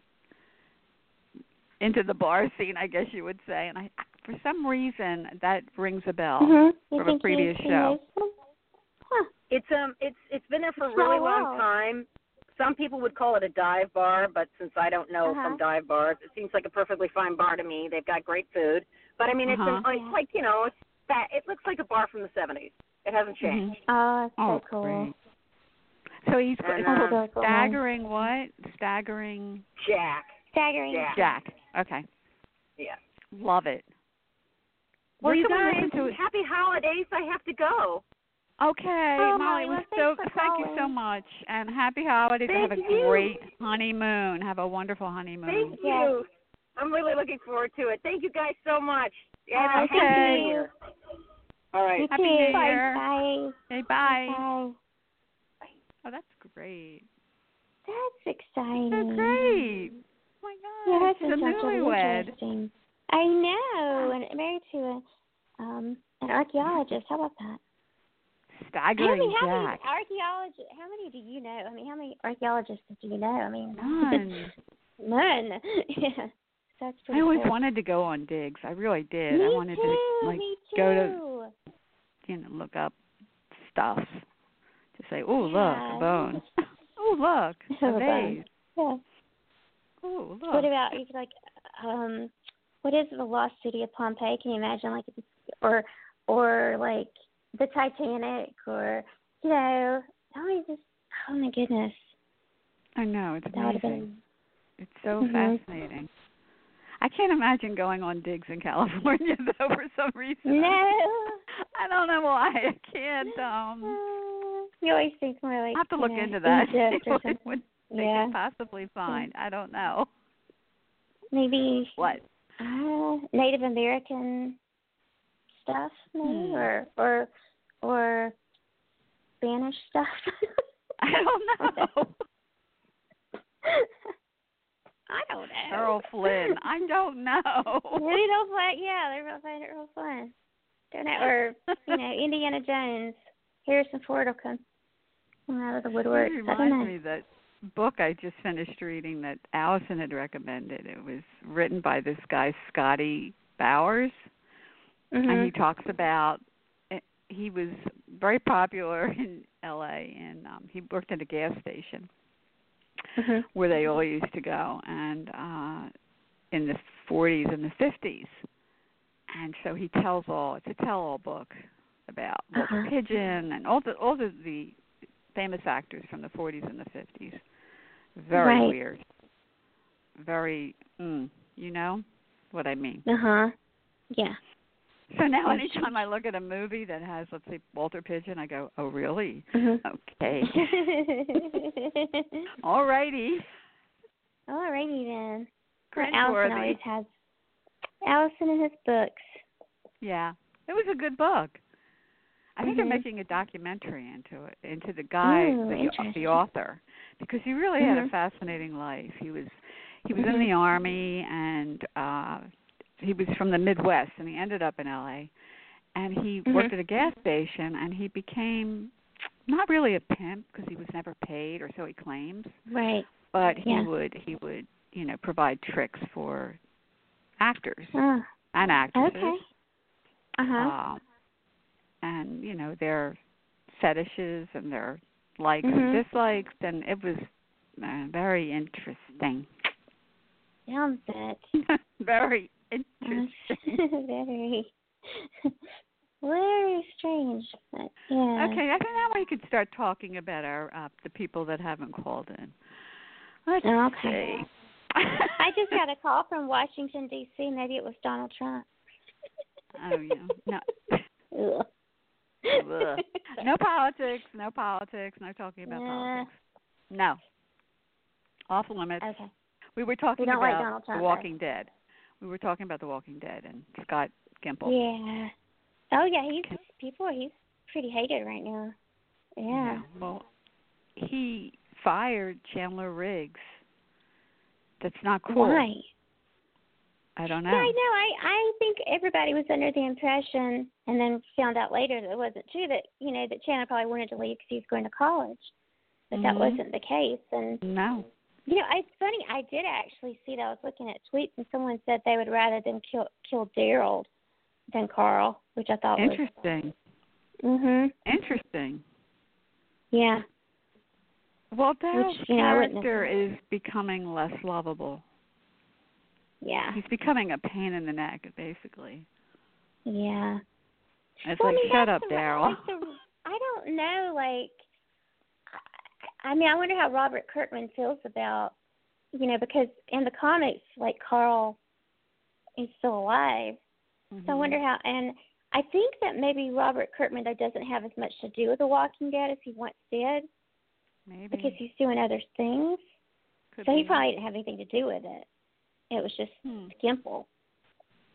S3: into the bar scene, I guess you would say. And I, for some reason, that rings a bell.
S4: Mhm. You
S3: from a
S4: think he-
S3: Oh, previous
S4: he
S3: show.
S4: knows them? Huh.
S5: It's um, it's it's been there for a
S4: It's
S5: really
S4: really
S5: long
S4: well.
S5: time. Some people would call it a dive bar, but since I don't know
S4: Uh-huh.
S5: from dive bars, it seems like a perfectly fine bar to me. They've got great food, but I mean, it's
S3: Uh-huh.
S5: an, it's like you know, it's fat. It looks like a bar from the '70s. It hasn't
S3: Mm-hmm.
S5: changed.
S4: Oh, uh, that's
S3: Oh,
S4: so cool.
S3: great. So he's it's
S5: And,
S3: called
S5: um,
S4: That's so cool.
S3: staggering what? Staggering
S5: Jack,
S4: Staggering.
S5: Jack.
S3: Jack. Okay,
S5: yeah.
S3: love it.
S5: Well,
S3: Where
S5: you
S3: can we
S5: guys,
S3: listen to it?
S5: happy holidays! I have to go.
S3: Okay,
S4: Oh,
S3: Molly,
S4: Molly,
S3: it
S4: well,
S3: was so
S4: thanks for
S3: thank you so
S4: calling.
S3: much, and happy holidays.
S5: Thank
S3: Have a
S5: you.
S3: great honeymoon. Have a wonderful honeymoon.
S5: Thank you. I'm really looking forward to it. Thank you guys so much. And
S3: Okay.
S5: happy New Year. All
S4: You
S5: right.
S3: Happy
S4: too.
S3: New Year.
S4: Bye.
S3: Hey, bye.
S4: Bye.
S3: Oh, that's great.
S4: That's
S3: So
S4: exciting.
S3: great. Oh my
S4: Yeah,
S3: God,
S4: that
S3: it's
S4: sounds
S3: a
S4: actually
S3: newlywed.
S4: interesting. I know, and married to a um an archaeologist. How about that? How many,
S3: staggering
S4: how many
S3: jack.
S4: archaeologists? How many do you know? I mean, how many archaeologists do you know? I mean,
S3: None.
S4: none. yeah, that's pretty.
S3: I always
S4: cool.
S3: wanted to go on digs. I really did.
S4: Me
S3: I wanted
S4: too,
S3: to like
S4: me too.
S3: go to- you know look up stuff to say, oh look
S4: Yeah.
S3: a bone, oh look
S4: Oh, a bone.
S3: a vase,
S4: Yeah.
S3: oh look.
S4: What about you could like um what is the lost city of Pompeii? Can you imagine like if- or or like the Titanic or you know, that was just oh my goodness.
S3: I know it's
S4: That would have
S3: amazing.
S4: been
S3: It's so
S4: Mhm.
S3: fascinating. I can't imagine going on digs in California though for some reason.
S4: No
S3: I don't know why. I can't um
S4: Uh, you always think more like
S3: I have to
S4: you
S3: look
S4: know,
S3: into that.
S4: Egypt or
S3: what
S4: something.
S3: would they
S4: yeah.
S3: could possibly find. I don't know.
S4: Maybe
S3: What?
S4: uh, Native American stuff, maybe,
S3: Hmm.
S4: or or or Spanish stuff.
S3: I don't know.
S4: I don't know.
S3: Earl Flynn. I don't know.
S4: Really real fun. Yeah, they're real fun. Real fun. Don't know, or you know, Indiana Jones. Harrison Ford will come come out of the woodwork.
S3: It
S4: I don't know.
S3: reminds me of that book I just finished reading that Allison had recommended. It was written by this guy Scotty Bowers, and he
S4: Mhm.
S3: talks about eh, he was very popular in L.A. and um, he worked at a gas station
S4: Mhm.
S3: where they all used to go, and uh, in the 40s and the 50s. And so he tells all it's a tell-all book about Walter
S4: Uh-huh.
S3: Pigeon and all the all the, the famous actors from the 40s and the 50s. Very
S4: Right.
S3: weird. Very, mm, you know what I mean.
S4: Uh huh. Yeah.
S3: So now,
S4: Yeah,
S3: anytime I look at a movie that has, let's say, Walter Pigeon, I go, "Oh, really?
S4: Mhm.
S3: Okay, all righty."
S4: Alrighty then. Well, Allison
S3: Cringeworthy.
S4: always has Allison and his books.
S3: Yeah, it was a good book. I think
S4: Mhm.
S3: they're making a documentary into it, into the guy,
S4: Ooh,
S3: the,
S4: interesting.
S3: the author, because he really had
S4: Mhm.
S3: a fascinating life. He was he was
S4: Mhm.
S3: in the army, and uh he was from the Midwest, and he ended up in L.A. And he
S4: Mhm.
S3: worked at a gas station, and he became not really a pimp because he was never paid, or so he claims
S4: Right.
S3: but he
S4: Yeah.
S3: would he would you know provide tricks for actors
S4: Oh,
S3: and actresses
S4: okay. Uh huh.
S3: um, and you know their fetishes and their likes
S4: Mhm.
S3: and dislikes and it was uh, very interesting
S4: Sounds good.
S3: very
S4: That's
S3: interesting
S4: very, very strange. But yeah.
S3: okay i think now we could start talking about our uh, the people that haven't called in let's
S4: Okay.
S3: see
S4: I just got a call from Washington D.C. Maybe it was Donald Trump.
S3: oh yeah no
S4: Ugh.
S3: Ugh. no politics, no politics, no talking about
S4: Yeah.
S3: politics. No. Off limits.
S4: Okay.
S3: We were talking
S4: We don't like
S3: about
S4: Donald Trump,
S3: The Walking Dead. We were talking about The Walking Dead and Scott Gimple.
S4: Yeah. Oh yeah, he's
S3: Okay.
S4: people. He's pretty hated right now. Yeah.
S3: Yeah, Well, he fired Chandler Riggs. That's not cool.
S4: Why?
S3: I don't know.
S4: Yeah, I know. I I think everybody was under the impression, and then found out later that it wasn't true. That you know that Chandler probably wanted to leave because he was going to college, but that
S3: Mhm.
S4: wasn't the case. And
S3: No.
S4: You know, it's funny. I did actually see that. I was looking at tweets, and someone said they would rather them kill kill Daryl than Carl, which I thought was.
S3: Interesting.
S4: Mhm.
S3: Interesting.
S4: Yeah.
S3: Well, Daryl's
S4: you know, I wouldn't have-
S3: character is becoming less lovable.
S4: Yeah.
S3: He's becoming a pain in the neck, basically.
S4: Yeah.
S3: It's
S4: Well, I
S3: like,
S4: mean,
S3: shut up,
S4: that's the-
S3: Daryl.
S4: like the- I don't know. Like, I, I mean, I wonder how Robert Kirkman feels about, you know, because in the comics, like Carl is still alive, So I wonder
S3: Mm-hmm.
S4: how, and I think that maybe Robert Kirkman though doesn't have as much to do with The Walking Dead as he once did
S3: Mm-hmm. Maybe.
S4: because he's doing other things.
S3: Could
S4: so he
S3: be.
S4: probably didn't have anything to do with it. It was just
S3: Hmm.
S4: Gimple.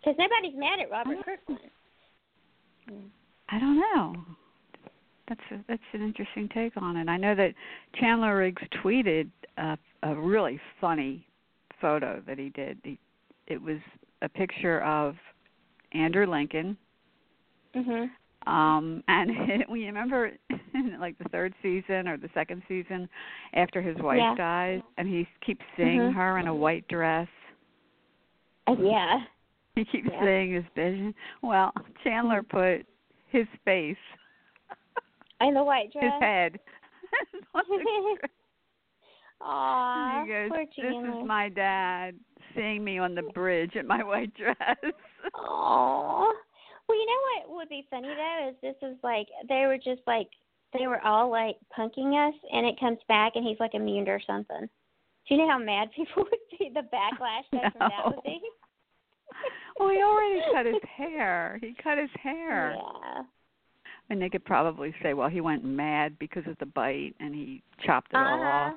S4: Because nobody's mad at Robert
S3: Oh.
S4: Kirkman.
S3: I don't know. That's a, that's an interesting take on it. I know that Chandler Riggs tweeted a, a really funny photo that he did. He, it was a picture of Andrew Lincoln,
S4: Mhm.
S3: um and we remember in like the third season or the second season after his wife
S4: Yeah.
S3: dies and he keeps seeing
S4: Mhm.
S3: her in a white dress
S4: Uh, yeah.
S3: he keeps
S4: Yeah. Mm-hmm.
S3: seeing his vision well chandler put his face
S4: And the white dress.
S3: his head on the dress.
S4: Aw,
S3: And he goes,
S4: Ah, poor
S3: this
S4: Chandler.
S3: is my dad seeing me on the bridge in my white dress
S4: Aw. Well, you know what would be funny though is this is like they were just like they were all like punking us, and it comes back and he's like immune or something. Do you know how mad people would be? The backlash that from that
S3: No.
S4: would be.
S3: well he already cut his hair he cut his hair
S4: Yeah.
S3: And they could probably say, well, he went mad because of the bite and he chopped it all
S4: Uh-huh.
S3: off.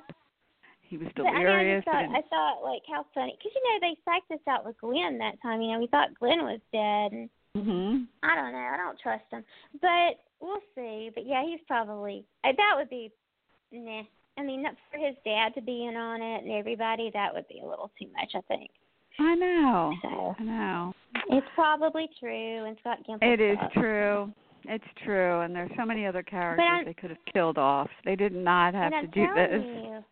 S3: He was
S4: But I, mean, I just
S3: delirious.
S4: thought,
S3: and-
S4: I thought like how funny because you know they psyched us out with Glenn that time. You know we thought Glenn was dead, and
S3: Mhm.
S4: I don't know. I don't trust him, but we'll see. But yeah, he's probably I, that would be nah. I mean, not for his dad to be in on it and everybody, that would be a little too much. I think
S3: I know.
S4: so.
S3: I know.
S4: It's probably true, and Scott Gimple.
S3: It is
S4: sucks.
S3: true. It's true. And there's so many other
S4: I'm-
S3: characters they could have killed off. They did not have
S4: and I'm
S3: to do
S4: telling
S3: this.
S4: you,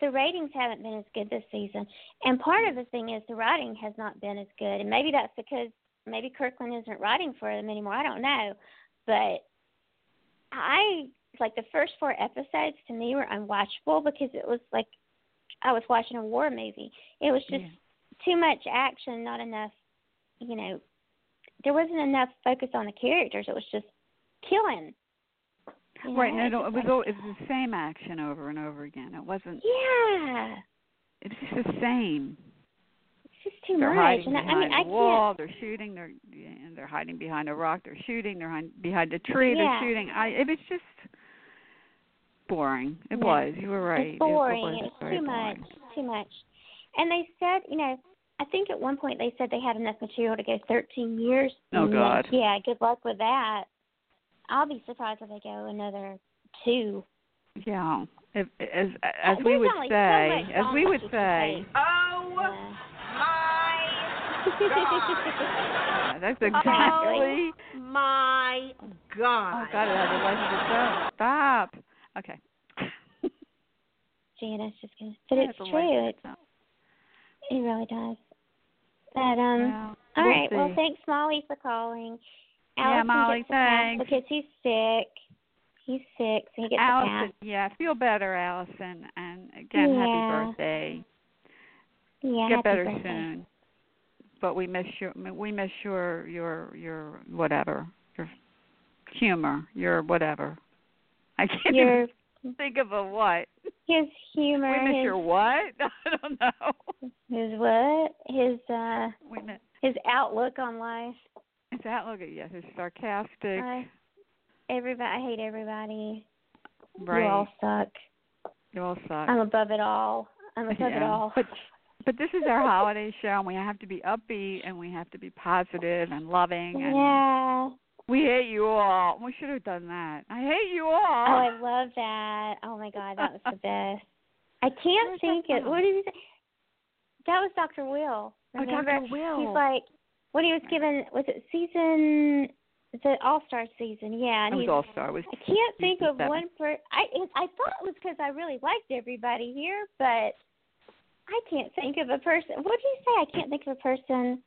S4: the ratings haven't been as good this season, and part of the thing is the writing has not been as good, and maybe that's because maybe Kirkland isn't writing for them anymore. I don't know, but I like the first four episodes to me were unwatchable because it was like I was watching a war movie. It was just
S3: Yeah.
S4: too much action, not enough. You know, there wasn't enough focus on the characters. It was just killing. you
S3: Right.
S4: know,
S3: No,
S4: it's just
S3: no, it was,
S4: like-
S3: all, it was the same action over and over again. It wasn't,
S4: yeah,
S3: it was just the same.
S4: it's just too
S3: They're
S4: much.
S3: hiding
S4: And I,
S3: behind
S4: I mean,
S3: a
S4: I
S3: wall. They're shooting. They're yeah, and they're hiding behind a rock. They're shooting. They're hind, behind a tree.
S4: Yeah.
S3: They're shooting. I. It was just boring. It
S4: Yeah.
S3: was. You were right.
S4: can't. It's
S3: It was
S4: boring. It's
S3: very
S4: too much.
S3: boring.
S4: Too much. And they said, you know, I think at one point they said they had enough material to go 13 years.
S3: Oh,
S4: And, uh,
S3: God.
S4: Yeah. Good luck with that. I'll be surprised if they go another two.
S3: Yeah. If, as as we
S4: Oh, There's
S3: would
S4: only so
S3: say,
S4: much
S3: as we
S4: drama
S3: would
S4: you can
S3: say,
S4: take.
S5: Oh
S4: Yeah.
S3: yeah, that's
S4: Oh, Exactly.
S3: exactly.
S5: my
S3: Oh God, it has a life of its own. Stop. Okay.
S4: Janice is gonna, but
S3: It has
S4: it's
S3: a life
S4: true.
S3: of
S4: It,
S3: its own.
S4: it really does. But um.
S3: Yeah.
S4: All right.
S3: We'll
S4: Well,
S3: see.
S4: thanks, Molly, for calling.
S3: Yeah,
S4: Allison
S3: Molly,
S4: gets a pass
S3: thanks.
S4: Because he's sick. He's sick, so he gets a
S3: Allison,
S4: pass.
S3: yeah, feel better, Allison, and again,
S4: Yeah.
S3: happy birthday.
S4: Yeah,
S3: get
S4: happy
S3: better
S4: birthday.
S3: soon. But we miss your we miss your your your whatever your humor your whatever. I can't
S4: Your
S3: even think of a what.
S4: his
S3: We
S4: humor,
S3: miss your what? I don't know.
S4: his his what? His uh
S3: We miss
S4: his outlook on life.
S3: his outlook. Yes, his sarcastic.
S4: I- Everybody, I hate everybody.
S3: right.
S4: You all suck.
S3: You all suck.
S4: I'm above it all. I'm above it
S3: Yeah.
S4: all.
S3: But but this is our holiday show, and we have to be upbeat, and we have to be positive and loving. And
S4: yeah.
S3: We hate you all. We should have done that. I hate you all.
S4: Oh, I love that. Oh my god, that was the best. I can't
S3: Where's that
S4: think it.
S3: from?
S4: What did he say? That was Dr. Will.
S3: Oh,
S4: Remember?
S3: Dr. Will.
S4: He's like when he was given was it season the All Star season? Yeah, and
S3: I was
S4: he's
S3: all star. Was
S4: I can't think of
S3: 67.
S4: one per. I it, I thought it was because I really liked everybody here, but I can't think of a person. What did you say? I can't think of a person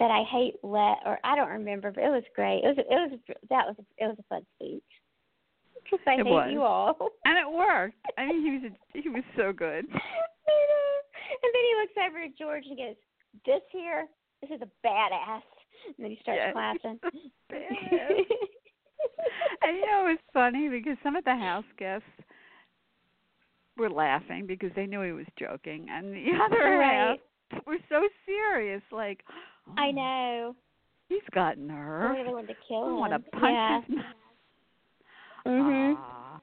S4: that I hate let or I don't remember. But it was great. It was it was that was it was a fun speech. Because I
S3: It
S4: hate
S3: was.
S4: you all.
S3: And it worked. I mean, he was a, he was so good.
S4: and then he looks over at George and goes, "This here, this is a badass." And then he starts
S3: Yes.
S4: clapping.
S3: and you know, it was funny because some of the house guests were laughing because they knew he was joking, and the other
S4: Right.
S3: half were so serious, like, oh,
S4: I know.
S3: he's got
S4: I
S3: nerve.
S4: really wanted to
S3: I
S4: kill him.
S3: want to punch
S4: yeah.
S3: his mouth.
S4: Mhm.
S3: Aw.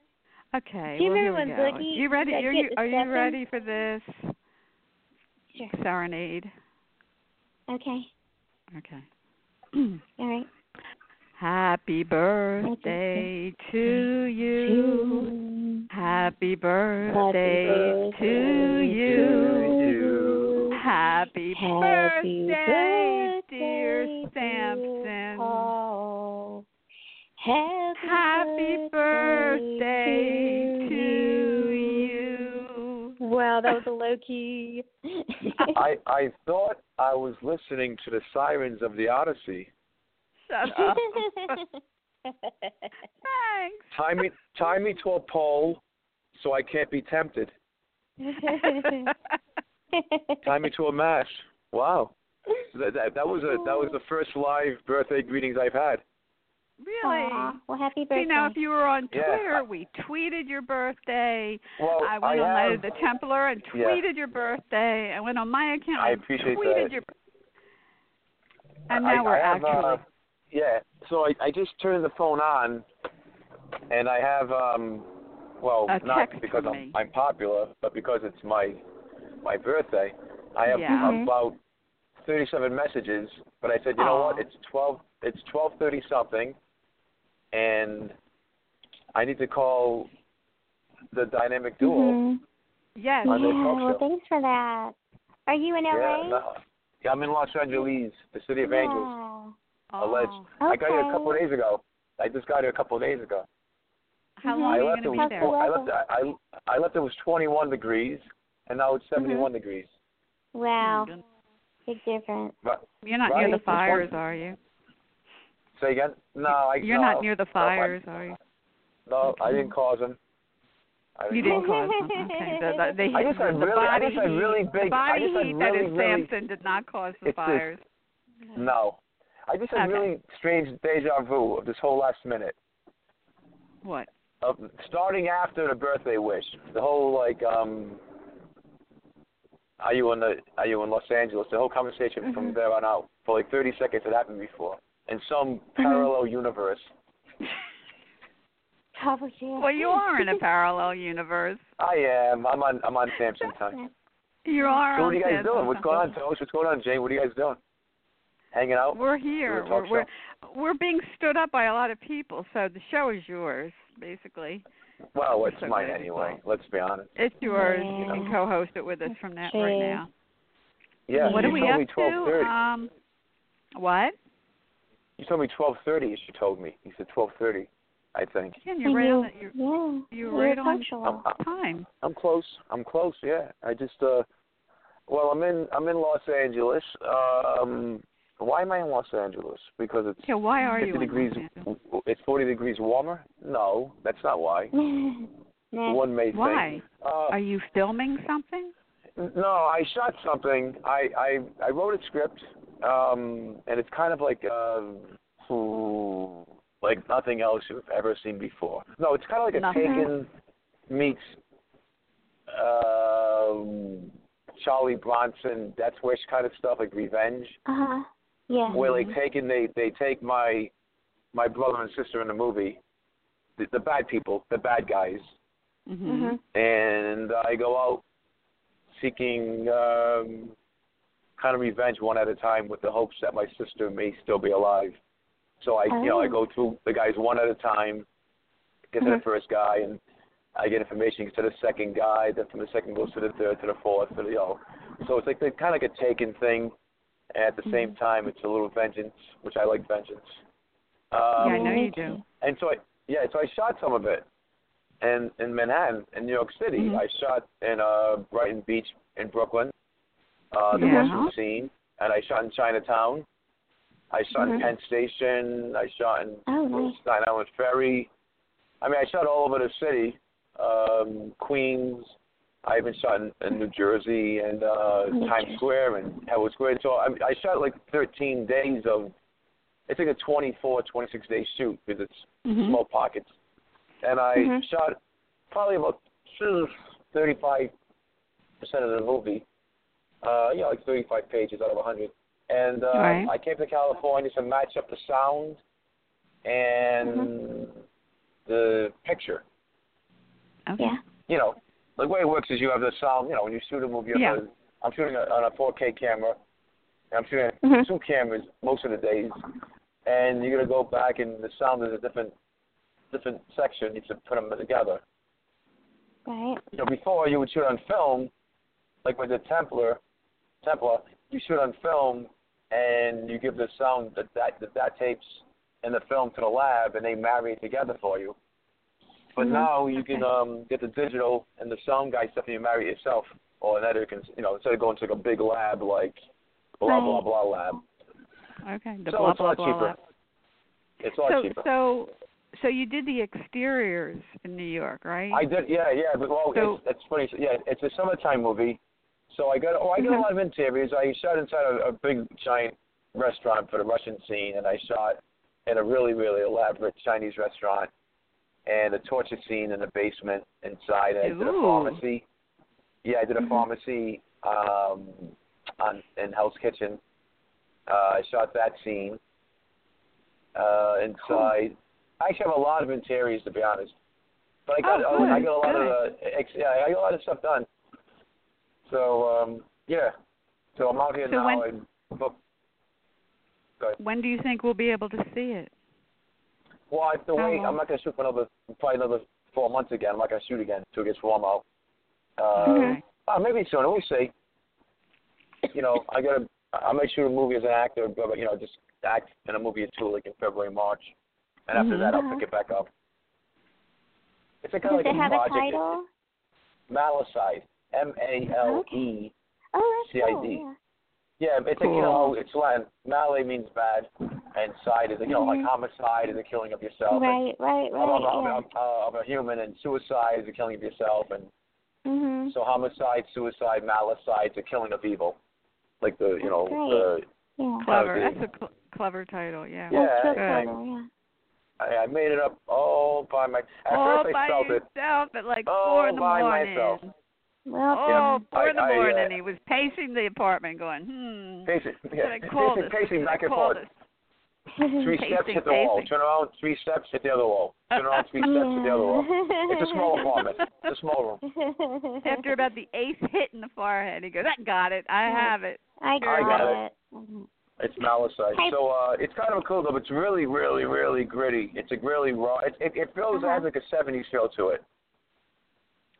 S3: Okay.
S4: Do you
S3: well,
S4: remember
S3: here we
S4: when
S3: go.
S4: Boogie
S3: you ready?
S4: said
S3: Are
S4: get
S3: you,
S4: the
S3: are you
S4: stuff in?
S3: ready for this
S4: Sure.
S3: serenade?
S4: Okay.
S3: Okay.
S4: All right.
S3: Happy birthday to you. Happy birthday to you. Happy birthday, dear Samson.
S4: Paul. Happy
S3: birthday
S4: to
S3: to you.
S4: Wow, that was a low key.
S6: I I thought I was listening to the sirens of the Odyssey.
S3: Shut up. Thanks.
S6: Tie me tie me to a pole, so I can't be tempted. Tie me to a mast. Wow. That, that, that was a that was the first live birthday greetings I've had.
S3: really?
S4: Aw, well, happy birthday.
S3: See now, if you were on
S6: Yeah.
S3: Twitter, we tweeted your birthday.
S6: Well,
S3: I went
S6: Oh, I
S3: on Light
S6: have-
S3: of the Templar and
S6: Yeah.
S3: tweeted your birthday. I went on my account.
S6: I
S3: and
S6: appreciate
S3: tweeted
S6: that.
S3: your. And
S6: I-
S3: now
S6: I
S3: we're
S6: have,
S3: actually.
S6: uh, yeah. So I, I just turned the phone on, and I have um, well,
S3: A
S6: not
S3: text
S6: because
S3: from me.
S6: I'm I'm popular, but because it's my my birthday. I have
S3: Yeah.
S4: Mhm.
S6: about thirty-seven messages, but I said, you know what?
S3: Aw.
S6: It's twelve. It's twelve thirty something, and I need to call the dynamic duo.
S3: Mm-hmm.
S4: Mhm.
S3: yes.
S6: on their
S4: Yeah,
S6: talk
S4: well,
S6: show.
S4: thanks for that. Are you in LA?
S6: Yeah, no. yeah, I'm in Los Angeles, the city of angels. Alleged.
S3: Oh.
S6: I got here a couple of
S4: Okay.
S6: days ago. I just got here a couple of days ago.
S3: How
S4: Mhm.
S3: long
S6: I
S3: are
S6: left
S3: you
S6: it
S3: going
S6: was
S4: How's
S3: to be
S4: the
S3: there?
S4: weather?
S6: I left it, I I left it was 21 degrees, and now it's
S3: Mm-hmm.
S6: 71 degrees.
S4: Wow, big difference.
S6: But
S3: You're not
S6: Right?
S3: near the
S6: It's one-
S3: fires, are you?
S6: say again? No, I.
S3: You're
S6: no,
S3: not near the
S6: no, I-
S3: fires, are you?
S6: No, I didn't cause them. I
S3: You didn't cause them. Okay. The, the, the, heat-
S6: I just
S3: the
S6: had really, I
S3: body
S6: just had
S3: heat,
S6: really
S3: the
S6: big. I
S3: body
S6: just had
S3: heat that
S6: really,
S3: is
S6: really,
S3: Samson did not cause the
S6: It's this-
S3: fires.
S6: no. I just had
S3: Okay.
S6: really strange deja vu of this whole last minute.
S3: What?
S6: of starting after the birthday wish, the whole like, um, are you in the are you in Los Angeles? The whole conversation
S3: Mm-hmm.
S6: from there on out for like 30 seconds it happened before in some
S3: Mm-hmm.
S6: parallel universe.
S4: Probably. Oh, yeah.
S3: Well, you are in a parallel universe.
S6: I am. I'm on. I'm on Samson time.
S3: You are.
S6: So what
S3: on
S6: are you guys
S3: Samson
S6: doing? What's
S3: time.
S6: going on, Tosh? What's going on, Jane? What are you guys doing? Hanging out?
S3: We're here.
S6: We're a
S3: We're,
S6: talk
S3: we're we're being stood up by a lot of people, so the show is yours, basically.
S6: Well, it's
S3: so
S6: mine
S3: glad you
S6: anyway.
S3: called.
S6: Let's be honest.
S3: It's yours. You can
S4: Yeah.
S3: co-host it with us from that right
S4: Okay.
S3: now.
S6: Yeah.
S3: What
S6: you
S3: are we
S6: told
S3: up
S6: me 12:30.
S3: to? Um, what?
S6: you told me 12:30. She told me. You said 12:30. I think.
S3: Ken, you're right on. the- You're,
S4: yeah. You're
S3: you're right on
S4: punctual.
S6: I'm, I'm-
S3: time.
S6: I'm close. I'm close. Yeah. I just uh, well, I'm in I'm in Los Angeles. Um, why am I in Los Angeles? Because it's
S3: Yeah. Why are
S6: 50
S3: you? in
S6: degrees.
S3: Los Angeles?
S6: It's 40 degrees warmer. No, that's not why.
S4: Next.
S6: One may
S3: Why?
S6: think. Uh,
S3: Are you filming something?
S6: no, I shot something. I I I wrote a script. Um, and it's kind of like uh, ooh, like nothing else you've ever seen before. No, it's kind of like a
S3: Nothing.
S6: Taken meets um, Charlie Bronson, Death Wish kind of stuff, like revenge.
S4: Uh-huh. Yeah.
S6: Where like taking they they take my my brother and sister in the movie, the, the bad people, the bad guys,
S3: Mm-hmm.
S4: Mhm.
S6: and I go out seeking um, kind of revenge one at a time with the hopes that my sister may still be alive. So I, you know, I
S4: Oh.
S6: go through the guys one at a time, get
S3: Mm-hmm.
S6: to the first guy, and I get information to the second guy. Then from the second goes to the third, to the fourth, to the you know. So it's like they kind of like a taken thing, and at the same
S3: Mm-hmm.
S6: time, it's a little vengeance, which I like vengeance. Um,
S3: yeah, I know you do.
S6: and so I yeah, so I shot some of it in in Manhattan, in New York City.
S4: Mm-hmm.
S3: Mhm.
S6: I shot in uh Brighton Beach in Brooklyn, uh the
S3: Yeah.
S6: western scene, and I shot in Chinatown. I shot in
S4: Mhm.
S6: Penn Station. I shot in
S4: Oh, nice.
S6: Staten Island Ferry. I mean, I shot all over the city, um, Queens. I even shot in, in New Jersey and uh,
S4: New
S6: Times
S4: Jersey.
S6: Square and Howard Square. So I, I shot like 13 days of. It's like a 24, 26 day shoot because it's
S3: Mm-hmm.
S6: small pockets. And I
S4: Mhm.
S6: shot probably about 35% of the movie, uh, you know, like 35 pages out of 100. And uh,
S3: Right.
S6: I came to California to match up the sound and
S3: Mm-hmm.
S6: the picture.
S3: Okay.
S4: Yeah.
S6: You know, the way it works is you have the sound, you know, when you shoot a movie, you have
S3: Yeah.
S6: a, I'm shooting a, on a 4K camera. and I'm shooting
S4: Mhm.
S6: two cameras most of the days, and you're gonna go back and the sound is a different different section. You should put them together.
S4: Right.
S6: You know, before you would shoot on film, like with the Templar, Templar, you shoot on film and you give the sound that that that, that tapes in the film to the lab, and they marry it together for you. But
S3: Mhm.
S6: now you can
S3: Okay.
S6: um, get the digital and the sound guy stuff, and you marry it yourself, or another you can you know instead of going to like a big lab like blah blah
S4: Right.
S6: blah lab.
S3: Okay. The
S6: So
S3: blah
S6: it's a lot
S3: blah blah.
S6: cheaper.
S3: blah.
S6: It's a lot
S3: So
S6: cheaper.
S3: so so you did the exteriors in New York, right?
S6: I did, yeah, yeah. But well,
S3: So-
S6: it's, it's funny. Yeah, it's a summertime movie, so I got oh, I got a
S3: Mhm.
S6: lot of interiors. I shot inside a, a big giant restaurant for the Russian scene, and I shot in a really really elaborate Chinese restaurant, and a torture scene in the basement inside. And I did a
S3: Ooh.
S6: pharmacy. Yeah, I did a
S3: Mhm.
S6: pharmacy um, on in Hell's Kitchen. Uh, I shot that scene uh, inside. I actually have a lot of interiors to be honest, but I got
S3: Oh,
S6: I
S3: good,
S6: got a lot of the ex, yeah, I got a lot of stuff done. So um, yeah, so I'm out here
S3: So
S6: now
S3: when-
S6: and book.
S3: When do you think we'll be able to see it?
S6: Well, I have to
S3: How
S6: wait.
S3: long?
S6: I'm not gonna shoot for another probably another four months again. I'm not gonna shoot again until it gets warm out. Uh,
S3: Okay.
S6: oh, maybe soon. We'll see. You know, I gotta. I might shoot a movie as an actor, but you know, just act in a movie or two, like in February, March, and after that, I'll pick it back up. It's a kind
S4: Does
S6: of like
S4: it have a
S6: project.
S4: title?
S6: Malicide. M A L E.
S4: Oh, that's cool.
S6: CID.
S4: Yeah.
S6: Yeah, it's a you know, it's Latin. Male means bad, and side is a, you know like
S4: Mhm.
S6: homicide is the killing of yourself. and
S4: Right, right,
S6: Of, of,
S4: right.
S6: of, of, of a human, and suicide is the killing of yourself, and
S4: yeah. Mhm.
S6: so homicide, suicide, malicide, the killing of evil, like the you know
S4: That's Yeah.
S3: Clever.
S6: Okay.
S3: That's a cl- clever title. Yeah.
S6: the yeah.
S4: That's real
S6: I,
S4: clever, yeah.
S6: I, I made it up all by my. At
S3: All
S6: first I
S3: by
S6: spelled it.
S3: yourself at like
S6: All
S3: four in the
S6: by
S3: morning.
S6: myself.
S4: Well,
S3: Oh,
S6: Yeah.
S3: four in the
S6: I- I, uh,
S3: morning. he was pacing the apartment, going, "Hmm."
S6: Pacing,
S3: Should
S6: yeah,
S3: I call
S6: pacing,
S3: this?
S6: pacing
S3: Should I
S6: back and
S3: call
S6: forth.
S3: this?
S6: Three steps
S3: Pacing,
S6: hit the wall.
S3: pacing.
S6: Turn around three steps hit the other wall. Turn around three steps hit the other wall. It's a small apartment. It's a small room.
S3: After about the eighth hit in the forehead, he goes, "I got it. I have it."
S4: I got,
S6: I got
S4: it. Mm-hmm.
S6: It's malicite.
S4: Hey.
S6: So uh, it's kind of cool though. But it's really, really, really gritty. It's a really raw. It it, it feels it has
S4: Uh-huh.
S6: like a '70s feel to it.